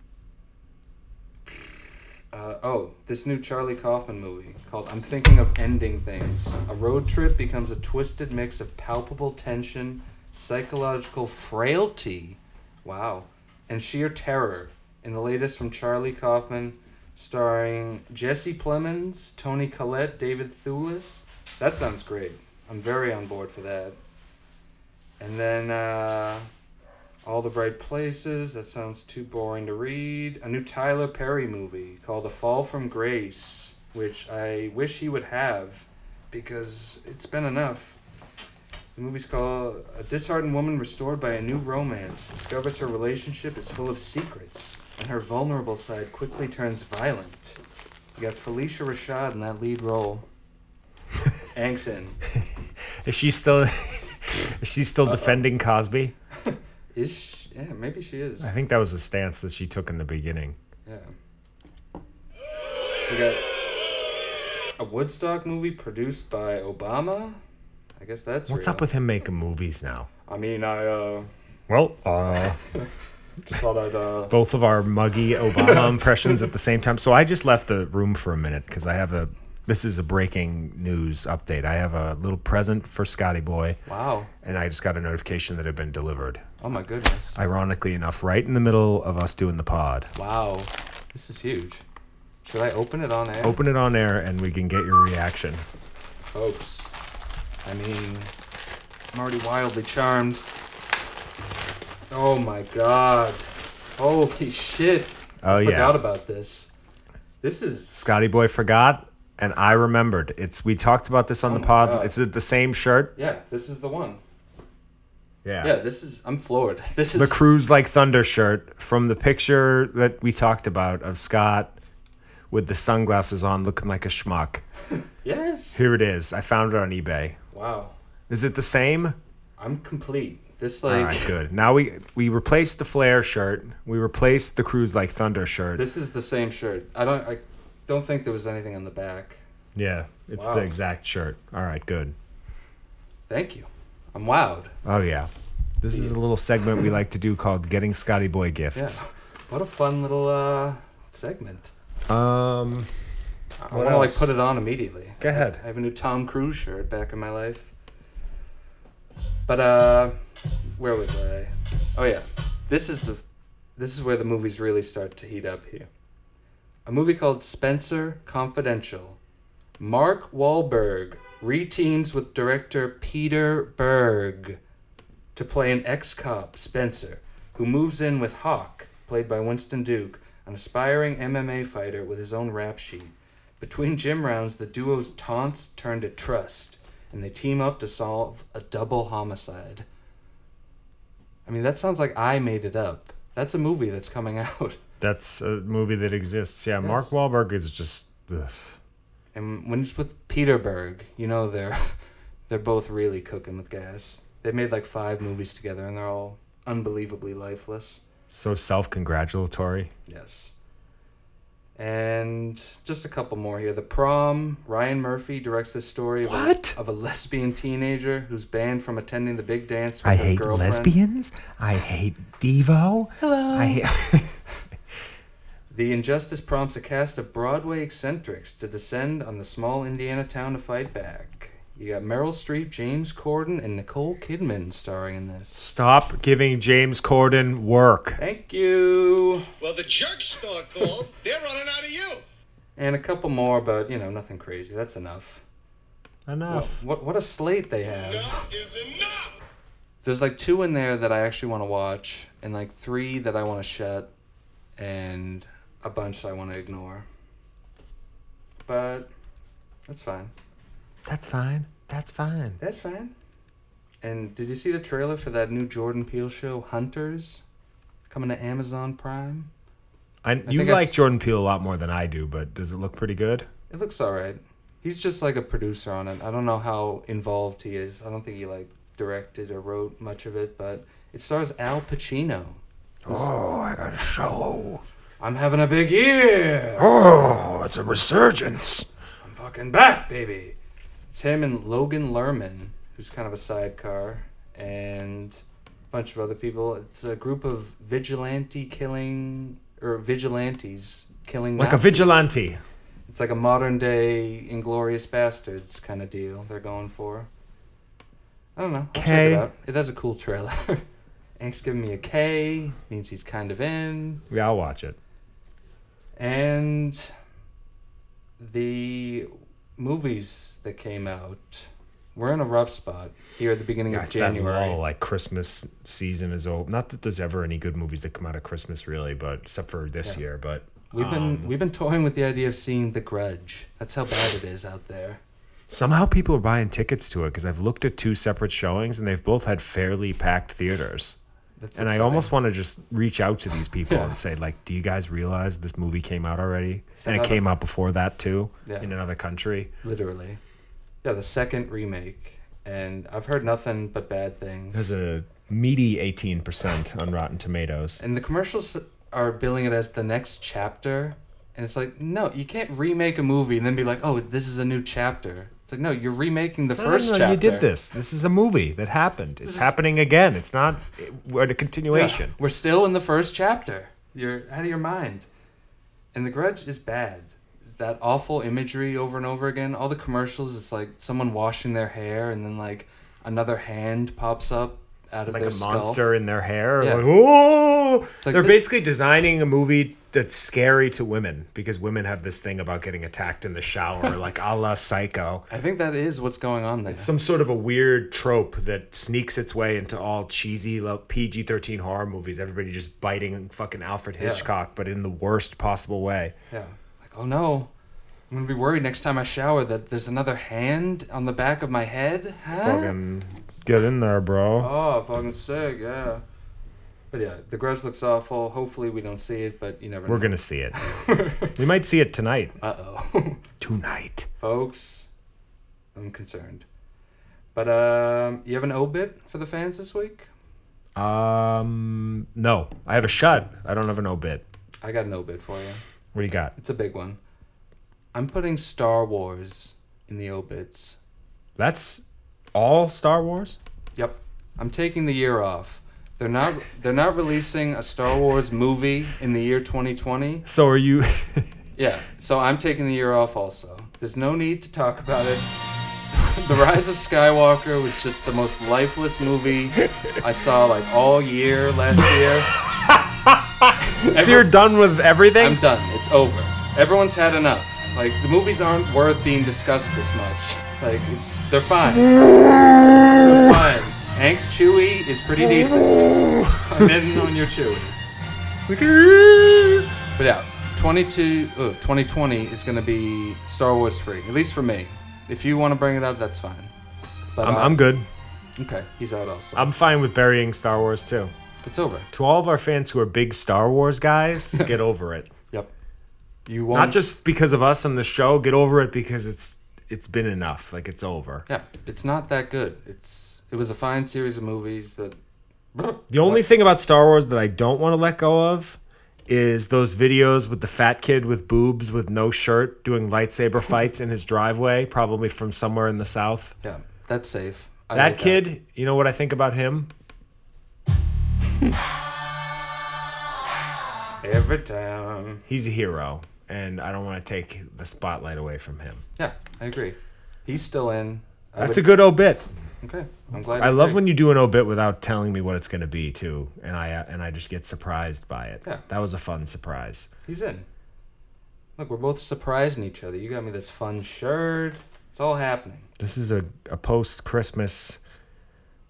Speaker 2: Uh, oh, this new Charlie Kaufman movie called I'm Thinking of Ending Things. A road trip becomes a twisted mix of palpable tension, psychological frailty, wow, and sheer terror in the latest from Charlie Kaufman, starring Jesse Plemons, Tony Collette, David Thewlis. That sounds great. I'm very on board for that. And then uh, all the Bright Places. That sounds too boring to read. A new Tyler Perry movie called A Fall from Grace, which I wish he would have because it's been enough. The movie's called A Disheartened Woman Restored by a New Romance discovers her relationship is full of secrets, and her vulnerable side quickly turns violent. You got Felicia Rashad in that lead role. Angson.
Speaker 1: Is she still? *laughs* is she still defending Cosby?
Speaker 2: Is she, yeah, maybe she is.
Speaker 1: I think that was a stance that she took in the beginning.
Speaker 2: Yeah. We got a Woodstock movie produced by Obama. I guess that's
Speaker 1: What's
Speaker 2: real.
Speaker 1: up with him making movies now?
Speaker 2: I mean, I uh,
Speaker 1: Well, uh,
Speaker 2: just thought I'd uh,
Speaker 1: both of our muggy Obama
Speaker 2: *laughs*
Speaker 1: impressions at the same time. So I just left the room for a minute because I have a. This is a breaking news update. I have a little present for Scotty Boy,
Speaker 2: wow.
Speaker 1: and I just got a notification that it had been delivered.
Speaker 2: Oh my goodness.
Speaker 1: Ironically enough, right in the middle of us doing the pod.
Speaker 2: Wow. This is huge. Should I open it on air?
Speaker 1: Open it on air, and we can get your reaction.
Speaker 2: Folks. I mean, I'm already wildly charmed. Oh my god. Holy shit.
Speaker 1: Oh,
Speaker 2: I
Speaker 1: yeah.
Speaker 2: Forgot about this. This is
Speaker 1: Scotty Boy forgot, and I remembered. It's we talked about this on the
Speaker 2: my
Speaker 1: pod.
Speaker 2: Oh, God.
Speaker 1: It's the same shirt.
Speaker 2: yeah. This is the one. Yeah, this is. I'm floored. *laughs* This
Speaker 1: the
Speaker 2: is.
Speaker 1: cruise like thunder shirt from the picture that we talked about of Scott with the sunglasses on looking like a schmuck.
Speaker 2: yes.
Speaker 1: Here it is. I found it on eBay.
Speaker 2: Wow.
Speaker 1: Is it the same?
Speaker 2: I'm complete. This
Speaker 1: All
Speaker 2: like.
Speaker 1: right, good. Now we we replaced the flare shirt. We replaced the cruise like thunder shirt.
Speaker 2: This is the same shirt. I don't. I don't think there was anything on the back.
Speaker 1: Yeah, it's
Speaker 2: Wow.
Speaker 1: the exact shirt. All right, good.
Speaker 2: Thank you. I'm wowed.
Speaker 1: Oh yeah. This is a little segment we like to do called Getting Scotty Boy
Speaker 2: Yeah.
Speaker 1: Gifts.
Speaker 2: What a fun little uh segment.
Speaker 1: Um
Speaker 2: I
Speaker 1: What
Speaker 2: want to like
Speaker 1: else?
Speaker 2: put it on immediately.
Speaker 1: go ahead.
Speaker 2: I have a new Tom Cruise shirt back in my life. But uh, where was I? Oh yeah, this is the, this is where the movies really start to heat up here. A movie called Spencer Confidential. Mark Wahlberg reteams with director Peter Berg to play an ex-cop Spencer, who moves in with Hawk, played by Winston Duke, an aspiring MMA fighter with his own rap sheet. Between gym rounds, the duo's taunts turn to trust, and they team up to solve a double homicide. I mean, that sounds like I made it up. That's a movie that's coming *laughs* out.
Speaker 1: That's a movie that exists. Yeah, Mark
Speaker 2: Yes.
Speaker 1: Wahlberg is just ugh.
Speaker 2: And when it's with Peter Berg, you know they're *laughs* they're both really cooking with gas. They made like five movies together, and they're all unbelievably lifeless.
Speaker 1: so self-congratulatory.
Speaker 2: Yes. And just a couple more here. The Prom, Ryan Murphy directs the story of,
Speaker 1: What?
Speaker 2: A, of a lesbian teenager who's banned from attending the big dance with
Speaker 1: I
Speaker 2: her
Speaker 1: hate
Speaker 2: girlfriend.
Speaker 1: lesbians. I hate Devo. Hello. I *laughs* hate
Speaker 2: The injustice prompts a cast of Broadway eccentrics to descend on the small Indiana town to fight back. You got Meryl Streep, James Corden, and Nicole Kidman starring in this.
Speaker 1: Stop giving James Corden work.
Speaker 2: Thank you.
Speaker 6: Well, the jerk store called. They're running out of you.
Speaker 2: And a couple more, but you know, nothing crazy. That's enough.
Speaker 1: Enough.
Speaker 2: What what a slate they have.
Speaker 6: Enough is enough.
Speaker 2: There's like two in there that I actually want to watch, and like three that I want to shut, and a bunch I want to ignore. But that's fine.
Speaker 1: That's fine. That's fine.
Speaker 2: That's fine. And did you see the trailer for that new Jordan Peele show, Hunters? Coming to Amazon Prime?
Speaker 1: I, you
Speaker 2: think I
Speaker 1: like
Speaker 2: s-
Speaker 1: Jordan Peele a lot more than I do, but does it look pretty good?
Speaker 2: It looks alright. He's just like a producer on it. I don't know how involved he is. I don't think he like directed or wrote much of it, but it stars Al Pacino.
Speaker 1: Oh, I got a show.
Speaker 2: I'm having a big year!
Speaker 1: Oh, it's a resurgence.
Speaker 2: fucking back, baby. It's him and Logan Lerman, who's kind of a sidecar, and a bunch of other people. It's a group of vigilante killing or vigilantes killing
Speaker 1: Like a
Speaker 2: Nazis.
Speaker 1: vigilante.
Speaker 2: It's like a modern day Inglorious Bastards kind of deal they're going for. I don't know. I'll check
Speaker 1: K.
Speaker 2: it out. It has a cool trailer. *laughs* Hank's giving me a K. Means he's kind of in.
Speaker 1: Yeah, I'll watch it.
Speaker 2: And the movies that came out. We're in a rough spot here at the beginning
Speaker 1: Yeah,
Speaker 2: of
Speaker 1: it's that
Speaker 2: January.
Speaker 1: lull, like Christmas season is over. Not that there's ever any good movies that come out of Christmas, really, but except for this year. But
Speaker 2: We've been
Speaker 1: um,
Speaker 2: we've been toying with the idea of seeing The Grudge. That's how bad it is out there.
Speaker 1: somehow people are buying tickets to it because I've looked at two separate showings and they've both had fairly packed theaters.
Speaker 2: That's
Speaker 1: and I
Speaker 2: upsetting.
Speaker 1: almost want to just reach out to these people and say, like, do you guys realize this movie came out already? and it
Speaker 2: another-
Speaker 1: came out before that too,
Speaker 2: Yeah.
Speaker 1: in another country.
Speaker 2: Literally. Yeah, the second remake. And I've heard nothing but bad
Speaker 1: There's
Speaker 2: things.
Speaker 1: a meaty eighteen percent on Rotten Tomatoes.
Speaker 2: and the commercials are billing it as the next chapter. And it's like, no, you can't remake a movie and then be like, oh, this is a new chapter. It's like, no, you're remaking the first
Speaker 1: no, no,
Speaker 2: chapter.
Speaker 1: you did this. This is a movie that happened. It's happening again. It's not. it- We're at a
Speaker 2: Yeah,
Speaker 1: continuation.
Speaker 2: we're still in the first chapter. You're out of your mind. And The Grudge is bad. That awful imagery over and over again. All the commercials, it's like someone washing their hair and then like another hand pops up out of
Speaker 1: Like
Speaker 2: their
Speaker 1: a
Speaker 2: skull.
Speaker 1: monster in their hair.
Speaker 2: Yeah.
Speaker 1: Like, oh,
Speaker 2: like
Speaker 1: they're
Speaker 2: the-
Speaker 1: basically designing a movie that's scary to women because women have this thing about getting attacked in the
Speaker 2: *laughs*
Speaker 1: shower, like a la Psycho.
Speaker 2: I think that is what's going on there.
Speaker 1: some sort of a weird trope that sneaks its way into all cheesy PG thirteen horror movies. Everybody just biting fucking Alfred Hitchcock, but in the worst possible way.
Speaker 2: yeah. Like, oh no. I'm gonna be worried next time I shower that there's another hand on the back of my head. Huh?
Speaker 1: Fucking get in there, bro.
Speaker 2: Oh, fucking sick, yeah. But yeah, the grudge looks awful. Hopefully we don't see it, but you never
Speaker 1: We're
Speaker 2: know.
Speaker 1: gonna see
Speaker 2: *laughs*
Speaker 1: it. we might see it tonight.
Speaker 2: Uh *laughs* oh.
Speaker 1: Tonight.
Speaker 2: Folks, I'm concerned. But um you have an obit for the fans this week?
Speaker 1: Um, no, I have a shut. I don't have an obit.
Speaker 2: I got an obit for you.
Speaker 1: What do you got?
Speaker 2: It's a big one. I'm putting Star Wars in the obits.
Speaker 1: That's all Star Wars.
Speaker 2: Yep. I'm taking the year off. They're not they're not releasing a Star Wars movie in the year 2020.
Speaker 1: So are you? *laughs*
Speaker 2: Yeah. So I'm taking the year off also. There's no need to talk about it. *laughs* The Rise of Skywalker was just the most lifeless movie I saw like all year last
Speaker 1: *laughs*
Speaker 2: year.
Speaker 1: so you're done with everything?
Speaker 2: I'm done. It's over. Everyone's had enough. Like the movies aren't worth being discussed this much. *laughs* Like it's they're fine.
Speaker 1: *laughs*
Speaker 2: They're fine. Hank's Chewy is pretty decent. I'm in on your Chewy. But yeah, 22, uh, 2020 is going to be Star Wars free, at least for me. If you want to bring it up, that's fine. But
Speaker 1: I'm,
Speaker 2: uh,
Speaker 1: I'm good.
Speaker 2: Okay, he's out also.
Speaker 1: I'm fine with burying Star Wars too.
Speaker 2: it's over.
Speaker 1: To all of our fans who are big Star Wars
Speaker 2: *laughs*
Speaker 1: guys, get over it.
Speaker 2: Yep. You won't.
Speaker 1: Not just because of us on the show, get over it because it's it's been enough. Like it's over.
Speaker 2: Yeah, it's not that good. It's it was a fine series of movies that.
Speaker 1: The only thing about Star Wars that I don't want to let go of is those videos with the fat kid with boobs with no shirt doing lightsaber fights in his driveway, probably from somewhere in the south.
Speaker 2: Yeah, that's safe. I
Speaker 1: That
Speaker 2: like
Speaker 1: kid, you know what I think about him?
Speaker 2: Every time.
Speaker 1: He's a hero, and I don't want to take the spotlight away from him.
Speaker 2: Yeah, I agree. He's still in. I
Speaker 1: That's a
Speaker 2: would-
Speaker 1: good obit.
Speaker 2: Okay, I'm glad.
Speaker 1: I
Speaker 2: you
Speaker 1: love
Speaker 2: agree.
Speaker 1: when you do an obit without telling me what it's going to be too, and I and I just get surprised by it.
Speaker 2: Yeah.
Speaker 1: That was a fun surprise.
Speaker 2: He's in. Look, we're both surprising each other. You got me this fun shirt. It's all happening.
Speaker 1: This is a, a post Christmas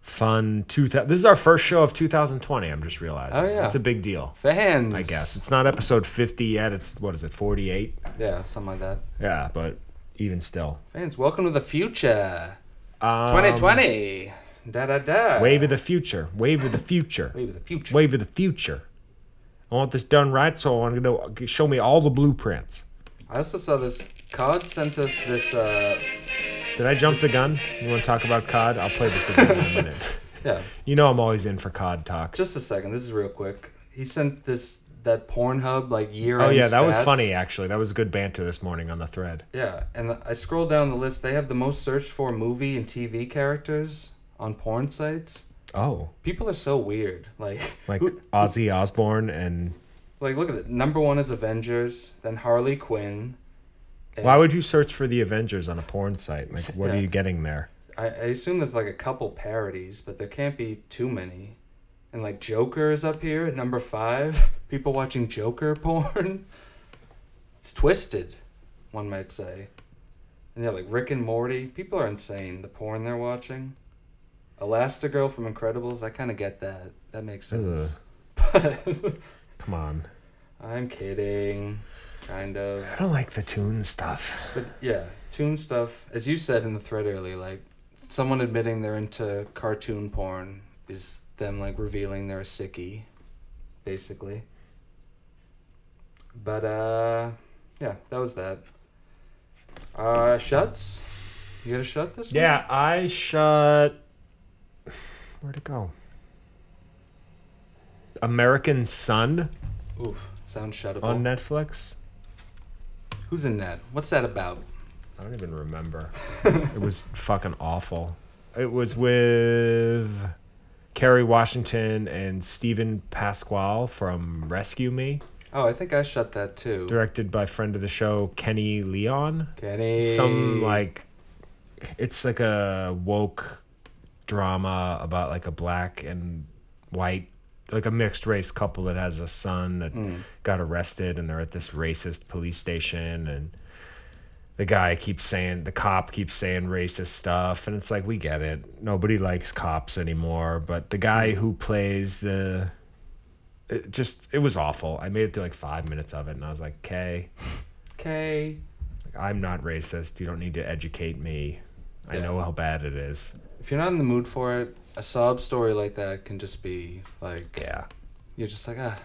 Speaker 1: fun two. This is our first show of 2020. I'm just realizing.
Speaker 2: Oh, yeah.
Speaker 1: it's a big deal.
Speaker 2: Fans.
Speaker 1: I guess it's not episode 50 yet. It's what is it 48?
Speaker 2: Yeah, something like that.
Speaker 1: Yeah, but even still,
Speaker 2: Fans, welcome to the future.
Speaker 1: um,
Speaker 2: 2020. Da da da.
Speaker 1: Wave of the future. Wave of the future.
Speaker 2: Wave of the future.
Speaker 1: Wave of the future. I want this done right, so I want to know. Show me all the blueprints.
Speaker 2: I also saw this. COD sent us this. uh
Speaker 1: Did I jump the gun? You want to talk about COD? I'll play this again in a *laughs* minute.
Speaker 2: Yeah,
Speaker 1: You know I'm always in for COD talk.
Speaker 2: just a second. This is real quick. He sent this. that Pornhub like year.
Speaker 1: Oh yeah, that was funny actually. That was good banter this morning on the thread.
Speaker 2: Yeah, and I scrolled down the list. They have the most searched for movie and TV characters on porn sites.
Speaker 1: Oh,
Speaker 2: People are so weird. Like,
Speaker 1: like
Speaker 2: who-
Speaker 1: Ozzy Osbourne and
Speaker 2: like look at it. Number one is Avengers, then Harley Quinn.
Speaker 1: why would you search for the Avengers on a porn site? Like, what
Speaker 2: Yeah.
Speaker 1: are you getting there?
Speaker 2: I, I assume there's like a couple parodies, but there can't be too many. And like Joker is up here at number five. *laughs* People watching Joker *laughs* porn. It's twisted, one might say. And yeah, like Rick and Morty. People are insane. The porn they're watching. Elastigirl from Incredibles. I kind of get that. That makes sense. *laughs* But *laughs*
Speaker 1: Come on,
Speaker 2: I'm kidding. Kind of.
Speaker 1: I don't like the tune stuff.
Speaker 2: But yeah, tune stuff, as you said in the thread earlier, like someone admitting they're into cartoon porn is them like revealing they're a sickie, basically. But uh yeah, that was that. Uh shuts? You got a shut this week?
Speaker 1: Yeah, I shut. Where'd it go? American Sun
Speaker 2: Oof, sounds shuttable.
Speaker 1: on Netflix.
Speaker 2: Who's in that? What's that about?
Speaker 1: I don't even *laughs* remember. it was fucking awful. It was with Kerry Washington and Stephen Pasquale from Rescue Me,
Speaker 2: Oh, I think I shut that too.
Speaker 1: directed by friend of the show Kenny Leon.
Speaker 2: Kenny.
Speaker 1: Some like it's like a woke drama about like a black and white like a mixed race couple that has a son that got arrested and they're at this racist police station and the guy keeps saying the cop keeps saying racist stuff and it's like we get it nobody likes cops anymore but the guy who plays the it just it was awful i made it through like five minutes of it and i was like okay
Speaker 2: Okay.
Speaker 1: I'm not racist. You don't need to educate me. I
Speaker 2: Yeah.
Speaker 1: know how bad it is.
Speaker 2: If you're not in the mood for it, a sob story like that can just be like
Speaker 1: Yeah.
Speaker 2: you're just like ah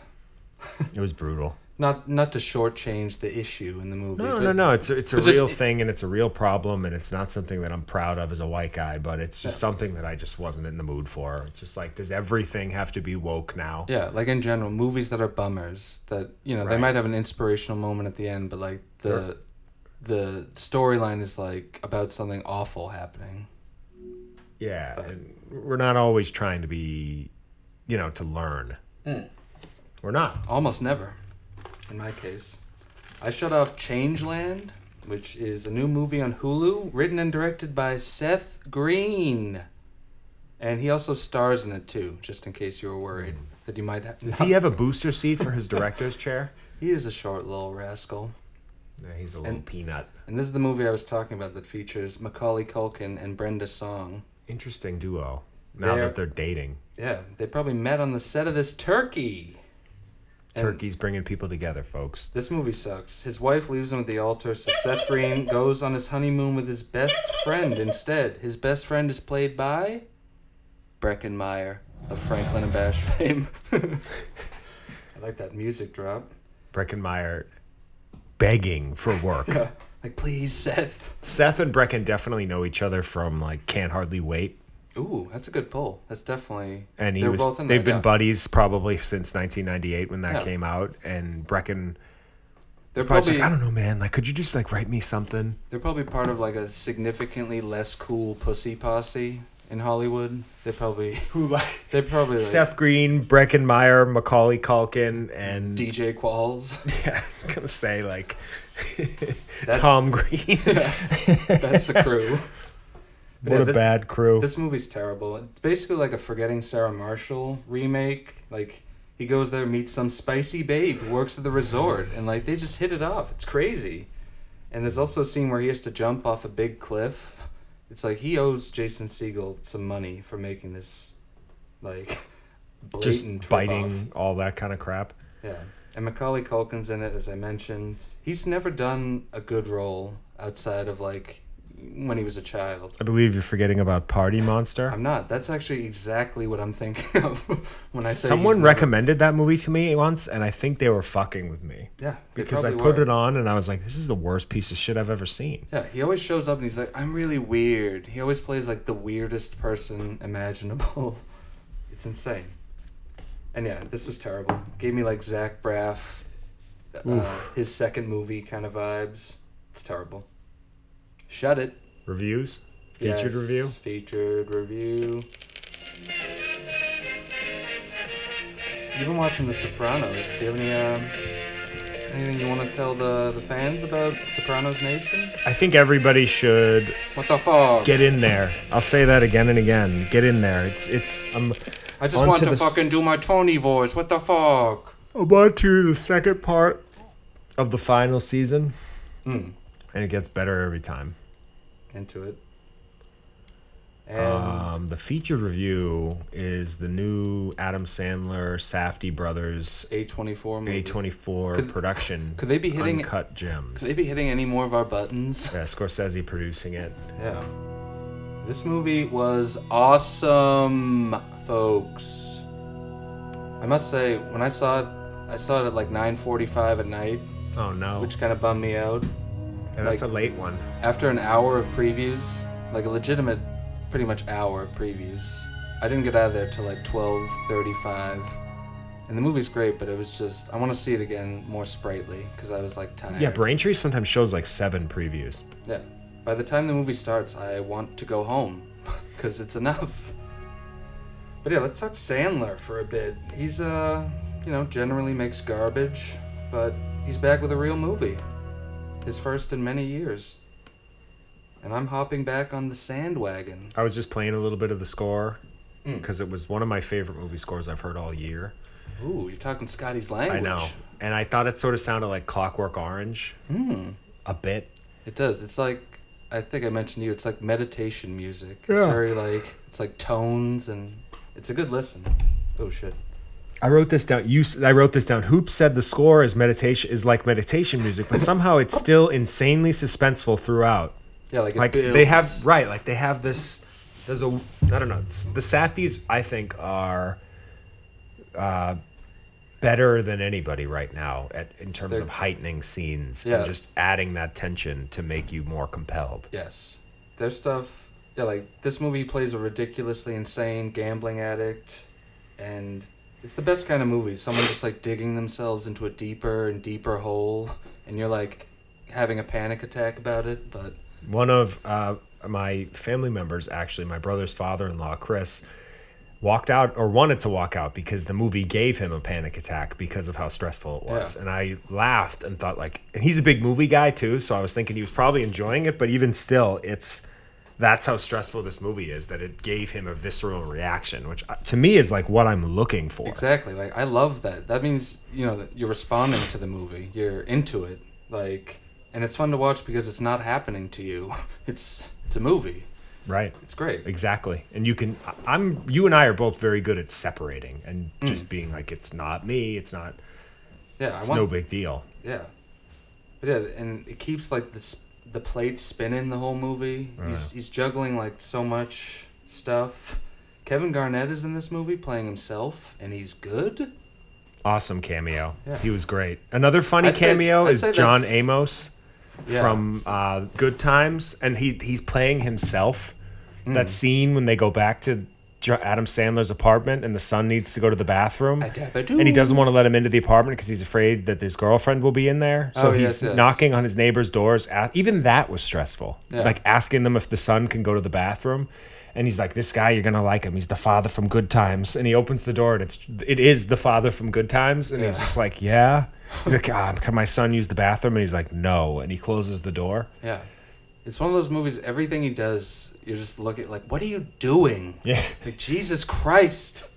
Speaker 1: It was brutal.
Speaker 2: not not to shortchange the issue in the movie.
Speaker 1: No,
Speaker 2: but
Speaker 1: no, no. It's a, it's a
Speaker 2: But just-
Speaker 1: real thing and it's a real problem and it's not something that I'm proud of as a white guy, but it's just something that I just wasn't in the mood for. It's just like, does everything have to be woke now?
Speaker 2: Yeah, like in general, movies that are bummers that you know they
Speaker 1: Right.
Speaker 2: might have an inspirational moment at the end, but like the the storyline is like about something awful happening.
Speaker 1: Yeah. And we're not always trying to be, you know, to learn.
Speaker 2: Mm.
Speaker 1: We're not.
Speaker 2: Almost never, in my case. I shut off Changeland, which is a new movie on Hulu, written and directed by Seth Green, and he also stars in it too. Just in case you were worried that you might. Have,
Speaker 1: Does he have a booster seat for his director's *laughs* chair?
Speaker 2: he is a short little rascal.
Speaker 1: Yeah, he's a little peanut.
Speaker 2: And this is the movie I was talking about that features Macaulay Culkin and Brenda Song.
Speaker 1: Interesting duo. Now
Speaker 2: They're-
Speaker 1: that they're dating,
Speaker 2: Yeah, they probably met on the set of this turkey. And-
Speaker 1: Turkey's bringing people together, folks.
Speaker 2: This movie sucks. His wife leaves him at the altar, so Seth Green goes on his honeymoon with his best friend instead. His best friend is played by Breckenmeyer of Franklin and Bash fame. *laughs* I like that music drop.
Speaker 1: Breckenmeyer begging for work.
Speaker 2: *laughs* Like, please, Seth.
Speaker 1: Seth and Brecken definitely know each other from like Can't Hardly Wait.
Speaker 2: Ooh, that's a good pull. That's definitely.
Speaker 1: And he
Speaker 2: they're
Speaker 1: was
Speaker 2: both in
Speaker 1: they've
Speaker 2: that,
Speaker 1: been
Speaker 2: yeah.
Speaker 1: buddies probably since 1998 when that
Speaker 2: Yeah.
Speaker 1: came out and Brecken
Speaker 2: They're
Speaker 1: probably
Speaker 2: probably
Speaker 1: like I don't know man like could you just like write me something?
Speaker 2: They're probably part of like a significantly less cool pussy posse in Hollywood. They probably *laughs*
Speaker 1: Who like
Speaker 2: they probably
Speaker 1: *laughs*
Speaker 2: like
Speaker 1: Seth Green, Breckenmeyer, Macaulay Culkin and
Speaker 2: DJ Qualls.
Speaker 1: *laughs* yeah, *laughs* I was going to say like *laughs*
Speaker 2: That's,
Speaker 1: Tom
Speaker 2: *laughs*
Speaker 1: Green.
Speaker 2: That's the crew. But
Speaker 1: what
Speaker 2: yeah,
Speaker 1: a
Speaker 2: thi-
Speaker 1: bad crew.
Speaker 2: This movie's terrible. It's basically like a Forgetting Sarah Marshall remake. Like he goes there, meets some spicy babe who works at the resort, and like they just hit it off. It's crazy. And there's also a scene where he has to jump off a big cliff. It's like he owes Jason Segel some money for making this, like,
Speaker 1: *laughs*
Speaker 2: blatant
Speaker 1: just
Speaker 2: rip-off.
Speaker 1: biting all that kind of crap.
Speaker 2: Yeah, and Macaulay Culkin's in it, as I mentioned. He's never done a good role outside of like when he was a child.
Speaker 1: I believe you're forgetting about Party Monster.
Speaker 2: I'm not. That's actually exactly what I'm thinking *laughs* of when I say he's
Speaker 1: Someone
Speaker 2: never-
Speaker 1: recommended that movie to me once, and I think they were fucking with me
Speaker 2: Yeah,
Speaker 1: because I put it on, and I was like, "This is the worst piece of shit I've ever seen."
Speaker 2: Yeah, he always shows up and he's like, "I'm really weird." He *laughs* always plays like the weirdest person imaginable. It's insane. And yeah, this was terrible. Gave me like Zach Braff, uh, his second movie kind of vibes. It's terrible. Shut it.
Speaker 1: Reviews? Featured
Speaker 2: Yes,
Speaker 1: review?
Speaker 2: Featured review. You've been watching The Sopranos. Do you have any um, anything you want to tell the the fans about Sopranos Nation?
Speaker 1: I think everybody should
Speaker 2: What the fuck?
Speaker 1: get in there. I'll say that again and again. Get in there. It's it's um, I'm
Speaker 2: I just
Speaker 1: onto
Speaker 2: want to
Speaker 1: the s-
Speaker 2: fucking do my Tony voice. What the fuck?
Speaker 1: I'm on to the second part of the final season.
Speaker 2: Hmm.
Speaker 1: And it gets better every time.
Speaker 2: Into it. And
Speaker 1: Um, the featured review is the new Adam Sandler Safdie Brothers
Speaker 2: A24 movie.
Speaker 1: A24
Speaker 2: Could-
Speaker 1: production.
Speaker 2: could they be hitting-
Speaker 1: Uncut Gems?
Speaker 2: They be hitting any more of our buttons? *laughs*
Speaker 1: yeah, Scorsese producing it.
Speaker 2: Yeah. This movie was awesome, folks. I must say, when I saw it, I saw it at like 9:45 at night,
Speaker 1: Oh no.
Speaker 2: which kind of bummed me out.
Speaker 1: Yeah, that's
Speaker 2: like-
Speaker 1: a late one.
Speaker 2: After an hour of previews, like a legitimate, pretty much hour of previews, I didn't get out of there till like 12:35. And the movie's great, but it was just I want to see it again more sprightly because I was like tired.
Speaker 1: Yeah, Braintree sometimes shows like seven previews.
Speaker 2: Yeah. By the time the movie starts, I want to go home *laughs* because it's enough. But yeah, let's talk Sandler for a bit. He's uh, you know, generally makes garbage, but he's back with a real movie. His first in many years. And I'm hopping back on the sandwagon.
Speaker 1: I was just playing a little bit of the score
Speaker 2: Mm.
Speaker 1: because it was one of my favorite movie scores I've heard all year.
Speaker 2: Ooh, you're talking Scotty's language.
Speaker 1: I know. And I thought it sort of sounded like Clockwork Orange.
Speaker 2: Mm.
Speaker 1: A bit.
Speaker 2: It does. It's like I think I mentioned to you. It's like meditation music. It's
Speaker 1: Yeah.
Speaker 2: very like it's like tones and it's a good listen. Oh shit.
Speaker 1: I wrote this down. You, s- I wrote this down. Hoop said the score is meditation is like meditation music, but somehow it's still insanely suspenseful throughout.
Speaker 2: Yeah, like it
Speaker 1: like they
Speaker 2: builds.
Speaker 1: have right like they have this there's a i don't know it's, the safties i think are uh better than anybody right now at in terms
Speaker 2: They're-
Speaker 1: of heightening scenes
Speaker 2: Yeah.
Speaker 1: and just adding that tension to make you more compelled
Speaker 2: Yes. Their stuff, yeah, like this movie plays a ridiculously insane gambling addict, and it's the best kind of movie. Someone just like digging themselves into a deeper and deeper hole, and you're like having a panic attack about it, but
Speaker 1: one of uh, my family members actually my brother's father-in-law chris walked out or wanted to walk out because the movie gave him a panic attack because of how stressful it was
Speaker 2: Yeah.
Speaker 1: and i laughed and thought like and he's a big movie guy too so i was thinking he was probably enjoying it but even still it's that's how stressful this movie is that it gave him a visceral reaction which uh, to me is like what i'm looking for
Speaker 2: exactly. Like, I love that. That means, you know, that you're responding to the movie, you're into it. Like, and it's fun to watch because it's not happening to you. *laughs* It's it's a movie.
Speaker 1: right
Speaker 2: It's great.
Speaker 1: Exactly. And you can I- I'm you and I are both very good at separating and just being like it's not me, it's not
Speaker 2: Yeah, I
Speaker 1: it's
Speaker 2: want
Speaker 1: no big deal.
Speaker 2: Yeah. But yeah, and it keeps like the sp- the plates spinning the whole movie. He's he's juggling like so much stuff. Kevin Garnett is in this movie playing himself, and he's good.
Speaker 1: Awesome cameo.
Speaker 2: Yeah.
Speaker 1: He was great. Another funny
Speaker 2: I'd say-
Speaker 1: cameo
Speaker 2: I'd
Speaker 1: is
Speaker 2: say
Speaker 1: John
Speaker 2: that's-
Speaker 1: Amos
Speaker 2: Yeah.
Speaker 1: from uh, Good Times and he he's playing himself.
Speaker 2: Mm.
Speaker 1: That scene when they go back to Jo- Adam Sandler's apartment and the son needs to go to the bathroom.
Speaker 2: Adabadoo.
Speaker 1: And he doesn't want to let him into the apartment because he's afraid that his girlfriend will be in there. So
Speaker 2: Oh,
Speaker 1: he's
Speaker 2: yes, yes.
Speaker 1: knocking on his neighbor's doors. a- Even that was stressful.
Speaker 2: Yeah.
Speaker 1: Like asking them if the son can go to the bathroom. And he's like, "This guy, you're gonna like him. He's the father from Good Times." And he opens the door, and it's it is the father from Good Times. And he's
Speaker 2: Yeah.
Speaker 1: just like, "Yeah." He's like, ah, "Can my son use the bathroom?" And he's like, "No." And he closes the door.
Speaker 2: Yeah. It's one of those movies. Everything he does, you're just looking like, what are you doing?
Speaker 1: Yeah.
Speaker 2: Like Jesus Christ.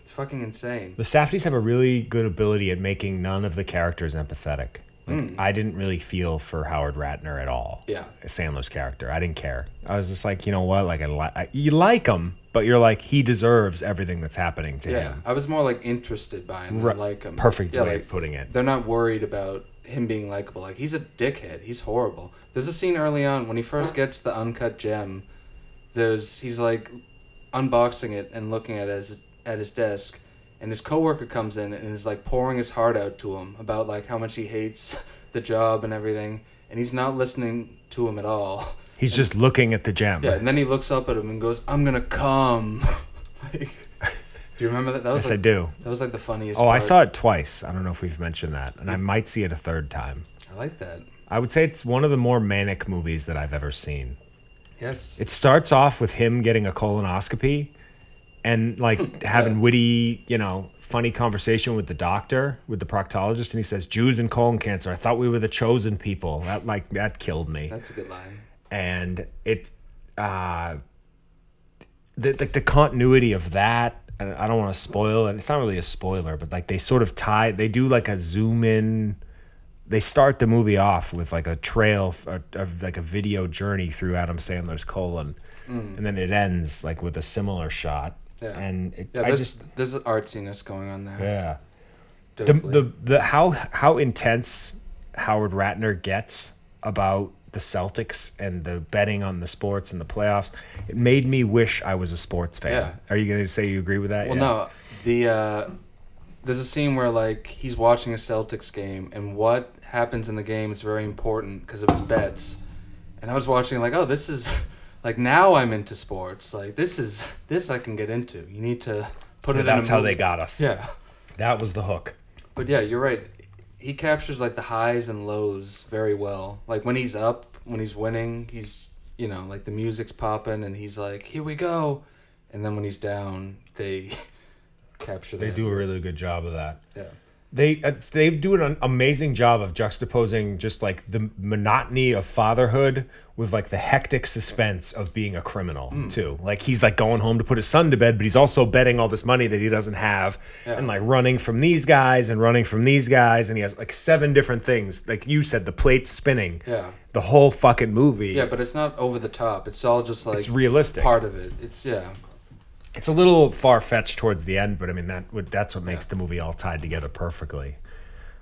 Speaker 2: It's fucking insane.
Speaker 1: The Safdies have a really good ability at making none of the characters empathetic. Like, I didn't really feel for Howard Ratner at all.
Speaker 2: Hmm. Yeah.
Speaker 1: Sandler's character. I didn't care. I was just like, you know what? Like, I li- I, you like him, but you're like, he deserves everything that's happening to
Speaker 2: Yeah,
Speaker 1: him.
Speaker 2: I was more like interested by him,
Speaker 1: Right.
Speaker 2: than like him.
Speaker 1: Perfect
Speaker 2: yeah,
Speaker 1: way
Speaker 2: like,
Speaker 1: of putting it.
Speaker 2: They're not worried about him being likable. Like he's a dickhead. He's horrible. There's a scene early on when he first gets the uncut gem. There's he's like unboxing it and looking at his at his desk, and his coworker comes in and is like pouring his heart out to him about like how much he hates *laughs* the job and everything, and he's not listening to him at all.
Speaker 1: He's just looking at the gem.
Speaker 2: Yeah, and then he looks up at him and goes, "I'm gonna come." *laughs* like, Do you remember that? That was
Speaker 1: Yes,
Speaker 2: like,
Speaker 1: I do.
Speaker 2: That was like the funniest.
Speaker 1: Oh, I
Speaker 2: part.
Speaker 1: saw it twice. I don't know if we've mentioned that, and I might see it a third time.
Speaker 2: I like that.
Speaker 1: I would say it's one of the more manic movies that I've ever seen.
Speaker 2: Yes.
Speaker 1: It starts off with him getting a colonoscopy and like having witty, you know, funny conversation with the doctor, with the proctologist, and he says, Jews and colon cancer. I thought we were the chosen people. That like that killed me.
Speaker 2: That's a good line.
Speaker 1: and it uh the like the continuity of that and I don't want to spoil and it's not really a spoiler but like they sort of tie they do like a zoom in they start the movie off with like a trail f- of, of like a video journey through Adam Sandler's colon and then it ends like with a similar shot
Speaker 2: Mm. Yeah.
Speaker 1: and it,
Speaker 2: Yeah,
Speaker 1: I
Speaker 2: there's
Speaker 1: just
Speaker 2: there's an artsiness going on there.
Speaker 1: yeah the,
Speaker 2: Totally.
Speaker 1: the the how how intense Howard Ratner gets about the Celtics and the betting on the sports and the playoffs, it made me wish I was a sports fan.
Speaker 2: Yeah.
Speaker 1: Are you going to say you agree with that?
Speaker 2: Well, no, the uh, there's a scene where like he's watching a Celtics game, and what happens in the game is very important because of his bets. And I was watching like, oh, this is *laughs* like now I'm into sports. Like this is this I can get into. You need to put it.
Speaker 1: That's
Speaker 2: in a
Speaker 1: how they
Speaker 2: movie.
Speaker 1: got us.
Speaker 2: Yeah,
Speaker 1: That was the hook.
Speaker 2: but yeah, you're right. He captures like the highs and lows very well. Like when he's up, when he's winning, he's you know like the music's popping, and he's like, here we go. And then when he's down, they *laughs* capture.
Speaker 1: They do a really good job of that.
Speaker 2: Yeah.
Speaker 1: They uh, they do an amazing job of juxtaposing just like the monotony of fatherhood with like the hectic suspense of being a criminal too. Like he's like going home to put his son to bed, but he's also betting all this money that he doesn't have, and like running from these guys and running from these guys, and he has like seven different things. Like you said, the plates spinning.
Speaker 2: Yeah.
Speaker 1: The whole fucking movie.
Speaker 2: Yeah, but it's not over the top. It's all just like
Speaker 1: It's realistic.
Speaker 2: Part of it. It's yeah.
Speaker 1: It's a little far fetched towards the end, but I mean that would that's what makes the movie all tied together perfectly.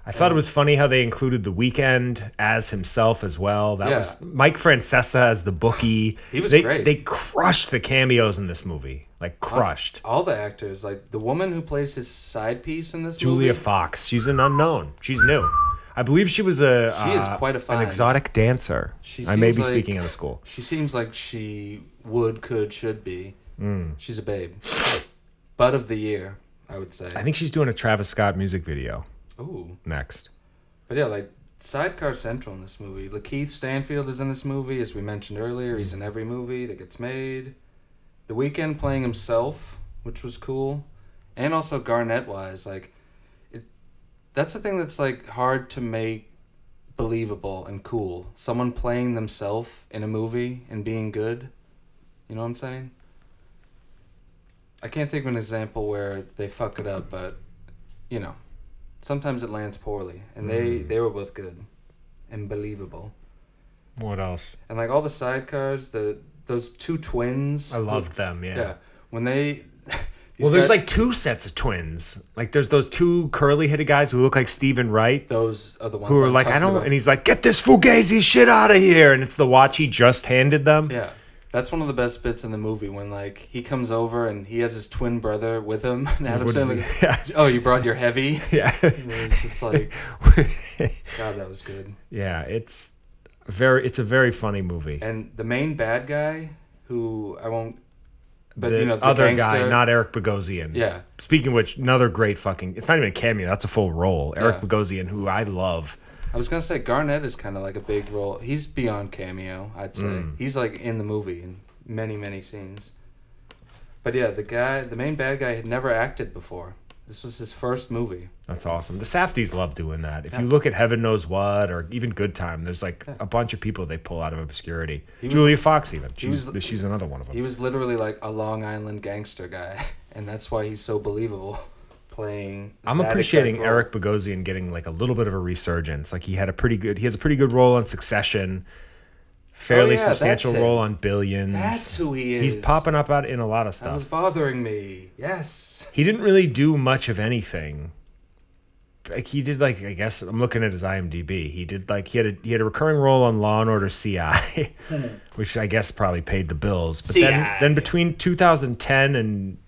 Speaker 1: I thought it was funny how they included the weekend as himself as well. That
Speaker 2: Yeah.
Speaker 1: was Mike Francesa as the bookie.
Speaker 2: He was
Speaker 1: they,
Speaker 2: great. Uh,
Speaker 1: They crushed the cameos in this movie, like crushed.
Speaker 2: All the actors, like the woman who plays his side piece in this
Speaker 1: Julia
Speaker 2: movie,
Speaker 1: Fox, she's an unknown. She's new. I believe she was a
Speaker 2: She is
Speaker 1: uh,
Speaker 2: quite a
Speaker 1: an
Speaker 2: find.
Speaker 1: exotic dancer.
Speaker 2: She
Speaker 1: I may
Speaker 2: seems
Speaker 1: be
Speaker 2: like-
Speaker 1: speaking out of school.
Speaker 2: she seems like she would, could, should be.
Speaker 1: Mm.
Speaker 2: She's a babe. Butt of the year, I would say.
Speaker 1: I think she's doing a Travis Scott music video
Speaker 2: Ooh,
Speaker 1: next.
Speaker 2: but yeah, like Sidecar Central in this movie. Lakeith Stanfield is in this movie, as we mentioned earlier. He's in every movie that gets made. The weekend playing himself, which was cool, and also Garnett wise, like it. That's the thing that's like hard to make believable and cool. Someone playing themselves in a movie and being good. You know what I'm saying? I can't think of an example where they fuck it up, but you know, sometimes it lands poorly, and they
Speaker 1: Mm.
Speaker 2: they were both good and believable.
Speaker 1: What else?
Speaker 2: And like all the sidecars, the those two twins.
Speaker 1: I loved them.
Speaker 2: Yeah, when they. *laughs*
Speaker 1: Well, there's like two sets of twins. Like there's those two curly-headed guys who look like Stephen Wright,
Speaker 2: those are the ones
Speaker 1: who are
Speaker 2: I'm
Speaker 1: like, I
Speaker 2: talking
Speaker 1: don't.
Speaker 2: about.
Speaker 1: And he's like, get this fugazi shit out of here, and it's the watch he just handed them.
Speaker 2: Yeah. That's one of the best bits in the movie when like he comes over and he has his twin brother with him *laughs* and Adam
Speaker 1: What is
Speaker 2: Sandler
Speaker 1: he- *laughs* Yeah.
Speaker 2: goes, Oh, you brought your heavy?
Speaker 1: *laughs* Yeah,
Speaker 2: And it's just like God, that was good.
Speaker 1: *laughs* yeah. It's very. It's a very funny movie.
Speaker 2: And the main bad guy who I won't but
Speaker 1: the
Speaker 2: you know the
Speaker 1: other guy,
Speaker 2: gangster-
Speaker 1: not Eric Bogosian.
Speaker 2: Yeah.
Speaker 1: Speaking of which, another great fucking. It's not even a cameo. That's a full role. Eric
Speaker 2: Yeah.
Speaker 1: Bogosian, who I love.
Speaker 2: I was gonna say Garnett is kinda like a big role. He's beyond cameo, I'd say.
Speaker 1: Mm.
Speaker 2: He's like in the movie in many, many scenes. But yeah, the guy the main bad guy had never acted before. This was his first movie.
Speaker 1: That's awesome. The Safdies love doing that. If you look at Heaven Knows What or even Good Time, there's like a bunch of people they pull out of obscurity.
Speaker 2: was-
Speaker 1: Julia Fox, even. She's,
Speaker 2: was-
Speaker 1: she's another one of them.
Speaker 2: He was literally like a Long Island gangster guy, *laughs* and that's why he's so believable playing.
Speaker 1: I'm
Speaker 2: that
Speaker 1: appreciating
Speaker 2: exact role.
Speaker 1: Eric Bogosian getting like a little bit of a resurgence. Like he had a pretty good, he has a pretty good role on Succession, fairly
Speaker 2: Oh, yeah, that's
Speaker 1: substantial
Speaker 2: him.
Speaker 1: role on Billions.
Speaker 2: That's who he is.
Speaker 1: He's popping up out in a lot of
Speaker 2: That was
Speaker 1: stuff.
Speaker 2: bothering me. Yes.
Speaker 1: He didn't really do much of anything. Like he did, like I guess I'm looking at his IMDb. He did like he had a he had a recurring role on Law and Order CI, *laughs* which I guess probably paid the bills. But then
Speaker 2: CI.
Speaker 1: then between 2010 and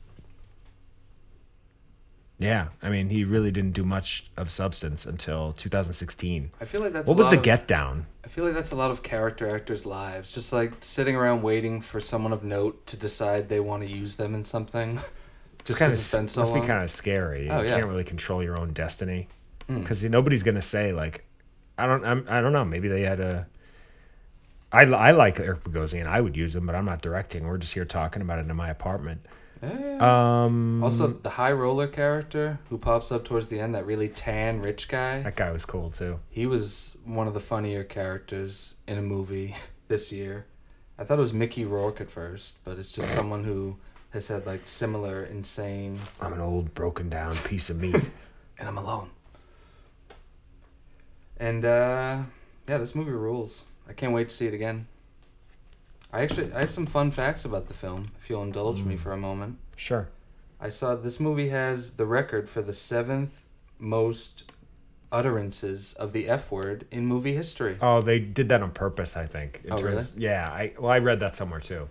Speaker 1: yeah, I mean he really didn't do much of substance until 2016.
Speaker 2: I feel like that's.
Speaker 1: What
Speaker 2: a
Speaker 1: was
Speaker 2: lot
Speaker 1: the
Speaker 2: of-
Speaker 1: Get Down?
Speaker 2: I feel like that's a lot of character actors' lives, just like sitting around waiting for someone of note to decide they want to use them in something. *laughs* Just
Speaker 1: kinda
Speaker 2: because it's
Speaker 1: s-
Speaker 2: been so
Speaker 1: must
Speaker 2: long.
Speaker 1: be kind of scary.
Speaker 2: Oh,
Speaker 1: you
Speaker 2: yeah. Mm.
Speaker 1: can't really control your own destiny because nobody's gonna say like, I don't, I'm, I don't know. Maybe they had a. I, li- I like Eric Bogosian. I would use him, but I'm not directing. We're just here talking about it in my apartment.
Speaker 2: also,
Speaker 1: mm.
Speaker 2: the high roller character who pops up towards the end, that really tan rich guy,
Speaker 1: That guy was cool too.
Speaker 2: he was one of the funnier characters in a movie *laughs* this year. I thought it was Mickey Rourke at first, but it's just someone who has had like similar insane
Speaker 1: I'm an old broken down piece of
Speaker 2: *laughs*
Speaker 1: meat.
Speaker 2: and I'm alone. And uh, yeah, this movie rules. I can't wait to see it again. I actually I have some fun facts about the film. If you'll indulge
Speaker 1: Mm.
Speaker 2: me for a moment,
Speaker 1: sure.
Speaker 2: I saw this movie has the record for the seventh most utterances of the F word in movie history.
Speaker 1: Oh, they did that on purpose, I think. in
Speaker 2: Oh,
Speaker 1: terms- Yeah. I well, I read that somewhere too.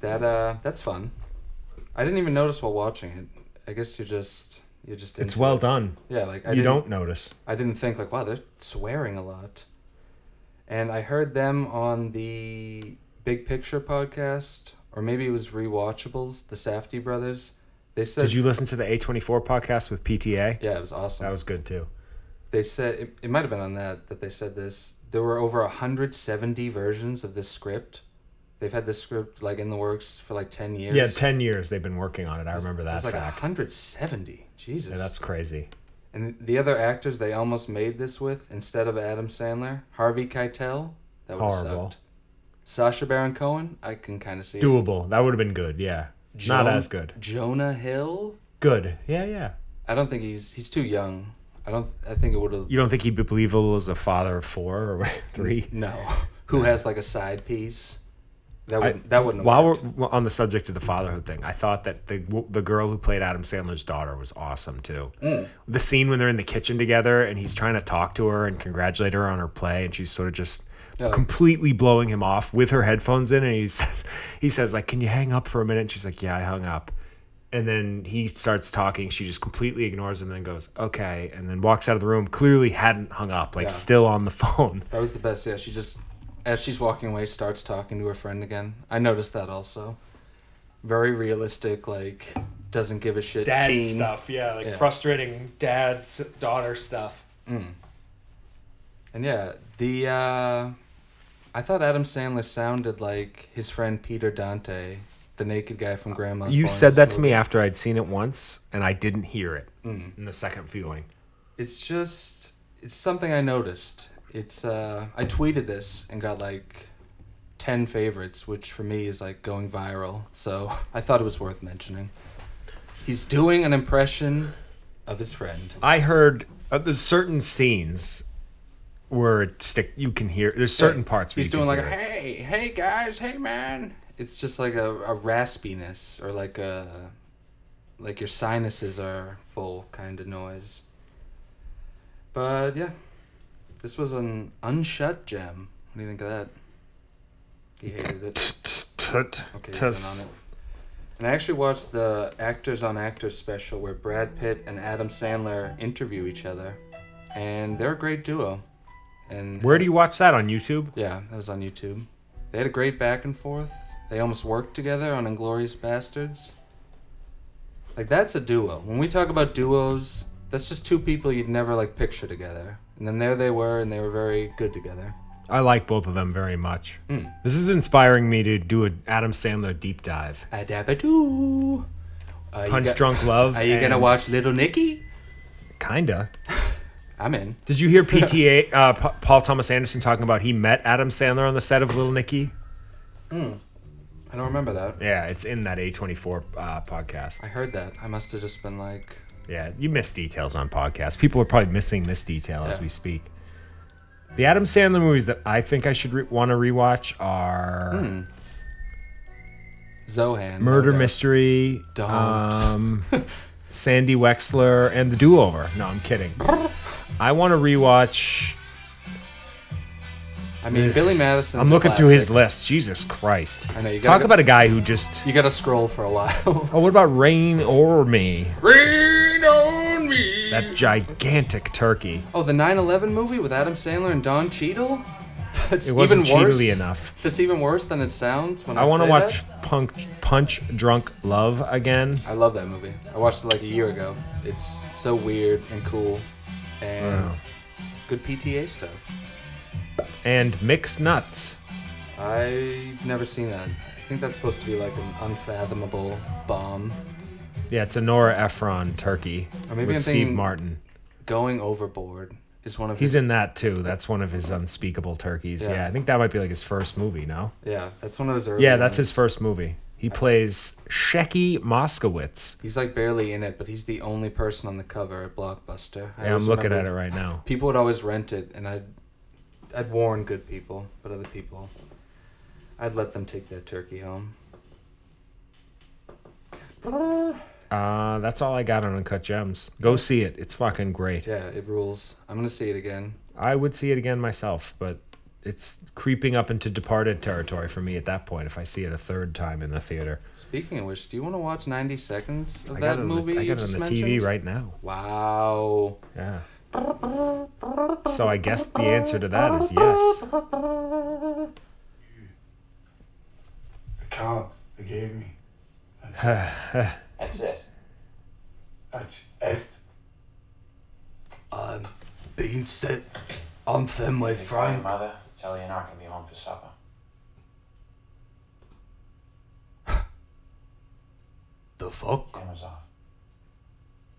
Speaker 2: That uh, that's fun. I didn't even notice while watching it. I guess you're just you're just.
Speaker 1: It's
Speaker 2: into
Speaker 1: well
Speaker 2: it.
Speaker 1: done.
Speaker 2: Yeah, like I
Speaker 1: you
Speaker 2: didn't-
Speaker 1: don't notice.
Speaker 2: I didn't think like, wow, they're swearing a lot. And I heard them on the Big Picture podcast, or maybe it was Rewatchables, the Safety brothers. They said,
Speaker 1: Did you listen to the A24 podcast with PTA?
Speaker 2: Yeah, it was awesome.
Speaker 1: That was good too.
Speaker 2: they said it, it might have been on that that they said this. There were over hundred seventy versions of this script. They've had this script like in the works for like ten years.
Speaker 1: Yeah, 10 years they've been working on it. I remember that
Speaker 2: It's like
Speaker 1: fact.
Speaker 2: hundred seventy. Jesus.
Speaker 1: Yeah, that's crazy.
Speaker 2: And the other actors they almost made this with, instead of Adam Sandler, Harvey Keitel, that would have
Speaker 1: Horrible.
Speaker 2: sucked. Sasha Baron Cohen, I can kind of see. it.
Speaker 1: Doable. That would have been good. Yeah. Not
Speaker 2: Jon-
Speaker 1: as good.
Speaker 2: Jonah Hill,
Speaker 1: Good. Yeah, yeah.
Speaker 2: I don't think he's he's too young. I don't. I think it would have.
Speaker 1: You don't think he'd be believable as a father of four or *laughs* three?
Speaker 2: No, *laughs* who has like a side piece? That
Speaker 1: I-
Speaker 2: would that wouldn't. have
Speaker 1: While
Speaker 2: worked.
Speaker 1: we're on the subject of the fatherhood thing, I thought that the the girl who played Adam Sandler's daughter was awesome too.
Speaker 2: Mm.
Speaker 1: The scene when they're in the kitchen together and he's trying to talk to her and congratulate her on her play, and she's sort of just
Speaker 2: Yeah.
Speaker 1: completely blowing him off with her headphones in, and he *laughs* says he says like, "Can you hang up for a minute?" And she's like, "Yeah, I hung up." And then he starts talking. She just completely ignores him and goes, "Okay," and then walks out of the room. Clearly hadn't hung up, like
Speaker 2: Yeah.
Speaker 1: still on the *laughs* phone.
Speaker 2: that was the best. Yeah, she just as she's walking away starts talking to her friend again. I noticed that also. Very realistic, like doesn't give a shit. teen.
Speaker 1: yeah, like
Speaker 2: Yeah.
Speaker 1: frustrating dad's daughter stuff.
Speaker 2: And yeah, the uh, I thought Adam Sandler sounded like his friend Peter Dante, the naked guy from Grandma's.
Speaker 1: You
Speaker 2: Barn
Speaker 1: said that to
Speaker 2: Distillery.
Speaker 1: me after I'd seen it once, and I didn't hear it
Speaker 2: Mm.
Speaker 1: in the second viewing.
Speaker 2: It's just it's something I noticed. It's uh, I tweeted this and got like ten favorites, which for me is like going viral. So *laughs* I thought it was worth mentioning. He's doing an impression of his friend.
Speaker 1: I heard uh, there's certain scenes where it stick you can hear. There's certain parts where
Speaker 2: He's
Speaker 1: you
Speaker 2: doing
Speaker 1: can
Speaker 2: like a
Speaker 1: hear it.
Speaker 2: hey, hey guys, hey man. It's just like a, a raspiness or like a like your sinuses are full kind of noise. But yeah. This was an unshut gem. What do you think of that? He hated it. *laughs* Okay, he's in on it. And I actually watched the Actors on Actors special where Brad Pitt and Adam Sandler interview each other. And they're a great duo. And
Speaker 1: Where do you watch that on YouTube?
Speaker 2: yeah, that was on YouTube. They had a great back and forth. They almost worked together on Inglorious Bastards. Like that's a duo. When we talk about duos, that's just two people you'd never like picture together. And then there they were and they were very good together.
Speaker 1: I like both of them very much.
Speaker 2: Hmm.
Speaker 1: This is inspiring me to do an Adam Sandler deep dive.
Speaker 2: Adabadoo. Uh, you
Speaker 1: Punch
Speaker 2: got- *laughs*
Speaker 1: Drunk Love.
Speaker 2: Are you gonna
Speaker 1: and-
Speaker 2: watch Little Nicky?
Speaker 1: Kinda.
Speaker 2: I'm in.
Speaker 1: Did you hear
Speaker 2: *laughs*
Speaker 1: PTA uh, Pa- Paul Thomas Anderson talking about he met Adam Sandler on the set of Little Nicky?
Speaker 2: I don't remember that.
Speaker 1: Yeah, it's in that A24 uh, podcast.
Speaker 2: I heard that. I must have just been like,
Speaker 1: Yeah, you miss details on podcasts. People are probably missing this detail as
Speaker 2: Yeah.
Speaker 1: we speak. The Adam Sandler movies that I think I should re- want to rewatch are
Speaker 2: Hmm, Zohan.
Speaker 1: Murder
Speaker 2: okay.
Speaker 1: Mystery,
Speaker 2: Don't. *laughs*
Speaker 1: um, Sandy Wexler, and The Do Over. No, I'm kidding. I want to rewatch.
Speaker 2: I mean, Billy Madison.
Speaker 1: I'm looking through his list. Jesus Christ!
Speaker 2: I know, you gotta
Speaker 1: Talk
Speaker 2: go-
Speaker 1: about a guy who just.
Speaker 2: You gotta scroll for a while. *laughs*
Speaker 1: Oh, what about Rain or Me?
Speaker 2: Rain on me.
Speaker 1: That gigantic turkey.
Speaker 2: Oh, the 9 11 movie with Adam Sandler and Don Cheadle? *laughs* That's
Speaker 1: It wasn't
Speaker 2: even worse.
Speaker 1: cheatily enough.
Speaker 2: That's even worse than it sounds. When I,
Speaker 1: I want to
Speaker 2: say
Speaker 1: watch
Speaker 2: that.
Speaker 1: Punk Punch Drunk Love again.
Speaker 2: I love that movie. I watched it like a year ago. It's so weird and cool, and good PTA stuff.
Speaker 1: And Mix Nuts.
Speaker 2: I've never seen that. I think that's supposed to be like an unfathomable bomb.
Speaker 1: Yeah, it's a Nora Ephron turkey
Speaker 2: Or Oh, maybe
Speaker 1: with
Speaker 2: I'm
Speaker 1: Steve
Speaker 2: thinking-
Speaker 1: Martin.
Speaker 2: Going overboard is one of
Speaker 1: He's
Speaker 2: his.
Speaker 1: in that too. That's one of his unspeakable turkeys.
Speaker 2: Yeah.
Speaker 1: Yeah. I think that might be like his first movie. No.
Speaker 2: yeah, that's one of his early.
Speaker 1: Yeah, that's
Speaker 2: ones.
Speaker 1: his first movie. He plays Shecky Moskowitz.
Speaker 2: He's like barely in it, but he's the only person on the cover at Blockbuster. I
Speaker 1: Yeah, I'm
Speaker 2: always
Speaker 1: looking at
Speaker 2: remember
Speaker 1: it right now.
Speaker 2: People would always rent it, and I'd I'd warn good people, but other people, I'd let them take that turkey home.
Speaker 1: Uh, that's all I got on Uncut Gems. Go see it. It's fucking great.
Speaker 2: Yeah, it rules. I'm gonna see it again.
Speaker 1: I would see it again myself, but it's creeping up into departed territory for me at that point if I see it a third time in the theater.
Speaker 2: Speaking of which, do you want to watch 90 seconds of
Speaker 1: I
Speaker 2: that
Speaker 1: got it on
Speaker 2: movie?
Speaker 1: the, I
Speaker 2: you
Speaker 1: got it
Speaker 2: just
Speaker 1: on the
Speaker 2: mentioned?
Speaker 1: TV right now.
Speaker 2: Wow.
Speaker 1: Yeah. So I guess the answer to that is yes.
Speaker 7: The cow they gave me. That's
Speaker 2: That's it.
Speaker 7: that's it.
Speaker 2: Being set on Fenway Frank.
Speaker 8: mother, tell her you're not going to be home for supper.
Speaker 2: The fuck?
Speaker 8: Camera's off.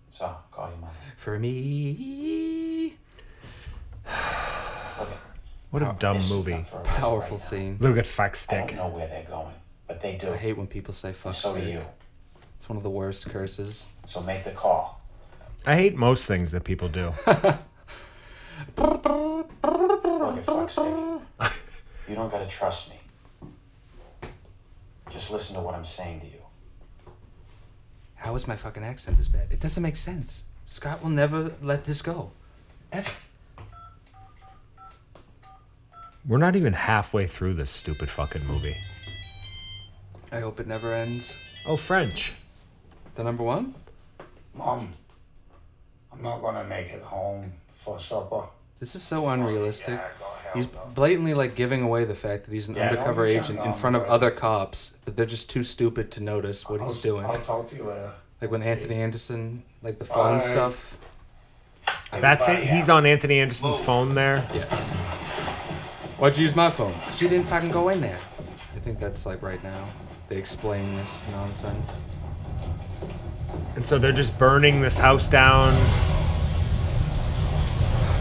Speaker 8: It's off. Call your mother.
Speaker 2: For me.
Speaker 8: Look at
Speaker 1: What a dumb
Speaker 8: this is
Speaker 1: movie.
Speaker 8: not for a ride
Speaker 2: Powerful
Speaker 8: right now.
Speaker 2: scene.
Speaker 1: Look at Fuck
Speaker 8: I don't
Speaker 1: Stick.
Speaker 8: know where they're going, but they do.
Speaker 2: I hate when people say fuck
Speaker 8: and so do
Speaker 2: stick.
Speaker 8: you.
Speaker 2: It's one of the worst curses.
Speaker 8: So make the call.
Speaker 1: I hate most things that people
Speaker 2: *laughs*
Speaker 1: do.
Speaker 8: Look at fuckstick. you don't got to trust me. Just listen to what I'm saying to you.
Speaker 2: How is my fucking accent this bad? It doesn't make sense. Scott will never let this go. F.
Speaker 1: We're not even halfway through this stupid fucking movie.
Speaker 2: I hope it never ends.
Speaker 1: Oh, French.
Speaker 2: The number one?
Speaker 7: Mom, I'm not gonna make it home for supper.
Speaker 2: This is so unrealistic.
Speaker 7: Oh, Yeah, go hell
Speaker 2: He's
Speaker 7: no.
Speaker 2: blatantly like giving away the fact that he's an
Speaker 7: Yeah,
Speaker 2: undercover
Speaker 7: no, you
Speaker 2: agent
Speaker 7: can't
Speaker 2: in front of
Speaker 7: go.
Speaker 2: other cops, but they're just too stupid to notice what
Speaker 7: I'll,
Speaker 2: he's doing.
Speaker 7: I'll talk to you later.
Speaker 2: Like when Anthony Anderson, like the phone
Speaker 7: Bye.
Speaker 2: stuff.
Speaker 1: That's it. He's on Anthony Anderson's phone there.
Speaker 2: Yes. Why'd you use my phone? 'Cause you didn't fucking go in there. I think that's like right now. They explain this nonsense.
Speaker 1: And so they're just burning this house down.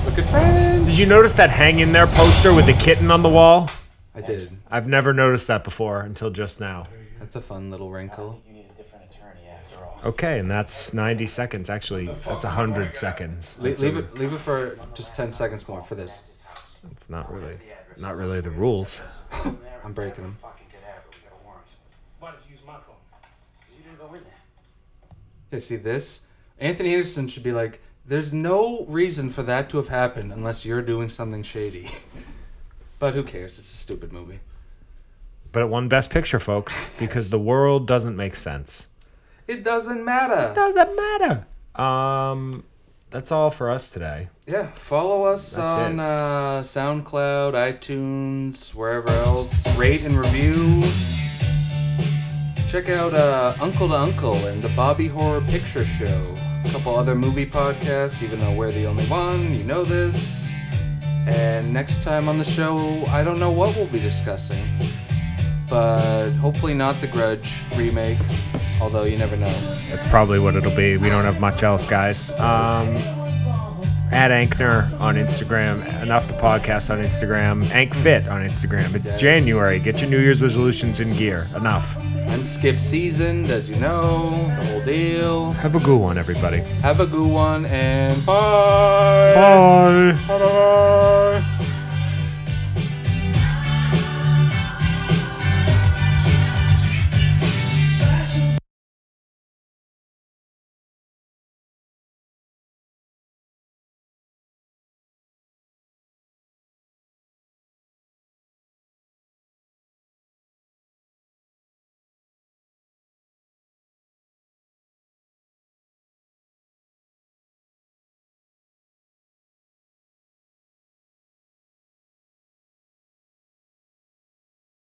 Speaker 2: Look at friend.
Speaker 1: Did you notice that hang in there poster with the kitten on the wall?
Speaker 2: I did.
Speaker 1: I've never noticed that before until just now.
Speaker 2: That's a fun little wrinkle.
Speaker 8: You need a different attorney after all.
Speaker 1: Okay, and that's 90 seconds. Actually, that's 100 seconds.
Speaker 2: Le-
Speaker 1: That's
Speaker 2: leave
Speaker 1: a-
Speaker 2: it. Leave it for just ten seconds more for this.
Speaker 1: It's not really, not really the rules.
Speaker 2: I'm breaking them. Yeah, see this? Anthony Anderson should be like, there's no reason for that to have happened unless you're doing something shady. *laughs* but who cares? It's a stupid movie.
Speaker 1: But it won Best Picture, *laughs* folks, because the world doesn't make sense.
Speaker 2: It doesn't matter.
Speaker 1: Doesn't matter. Um, that's all for us today.
Speaker 2: Yeah, follow us
Speaker 1: That's
Speaker 2: on
Speaker 1: it.
Speaker 2: uh, SoundCloud, iTunes, wherever else. Rate and review. Check out uh, Uncle to Uncle and the Bobby Horror Picture Show. A couple other movie podcasts, even though we're the only one. You know this. And next time on the show, I don't know what we'll be discussing. But hopefully not the Grudge remake, although you never know.
Speaker 1: That's probably what it'll be. We don't have much else, guys. Um, at Ankner on Instagram, Enough the Podcast on Instagram, AnkFit on Instagram. It's January. Get your New Year's resolutions in gear. Enough.
Speaker 2: And skip seasoned, as you know, the whole deal.
Speaker 1: Have a good one, everybody.
Speaker 2: Have a good one and bye.
Speaker 1: Bye.
Speaker 2: Ta-da.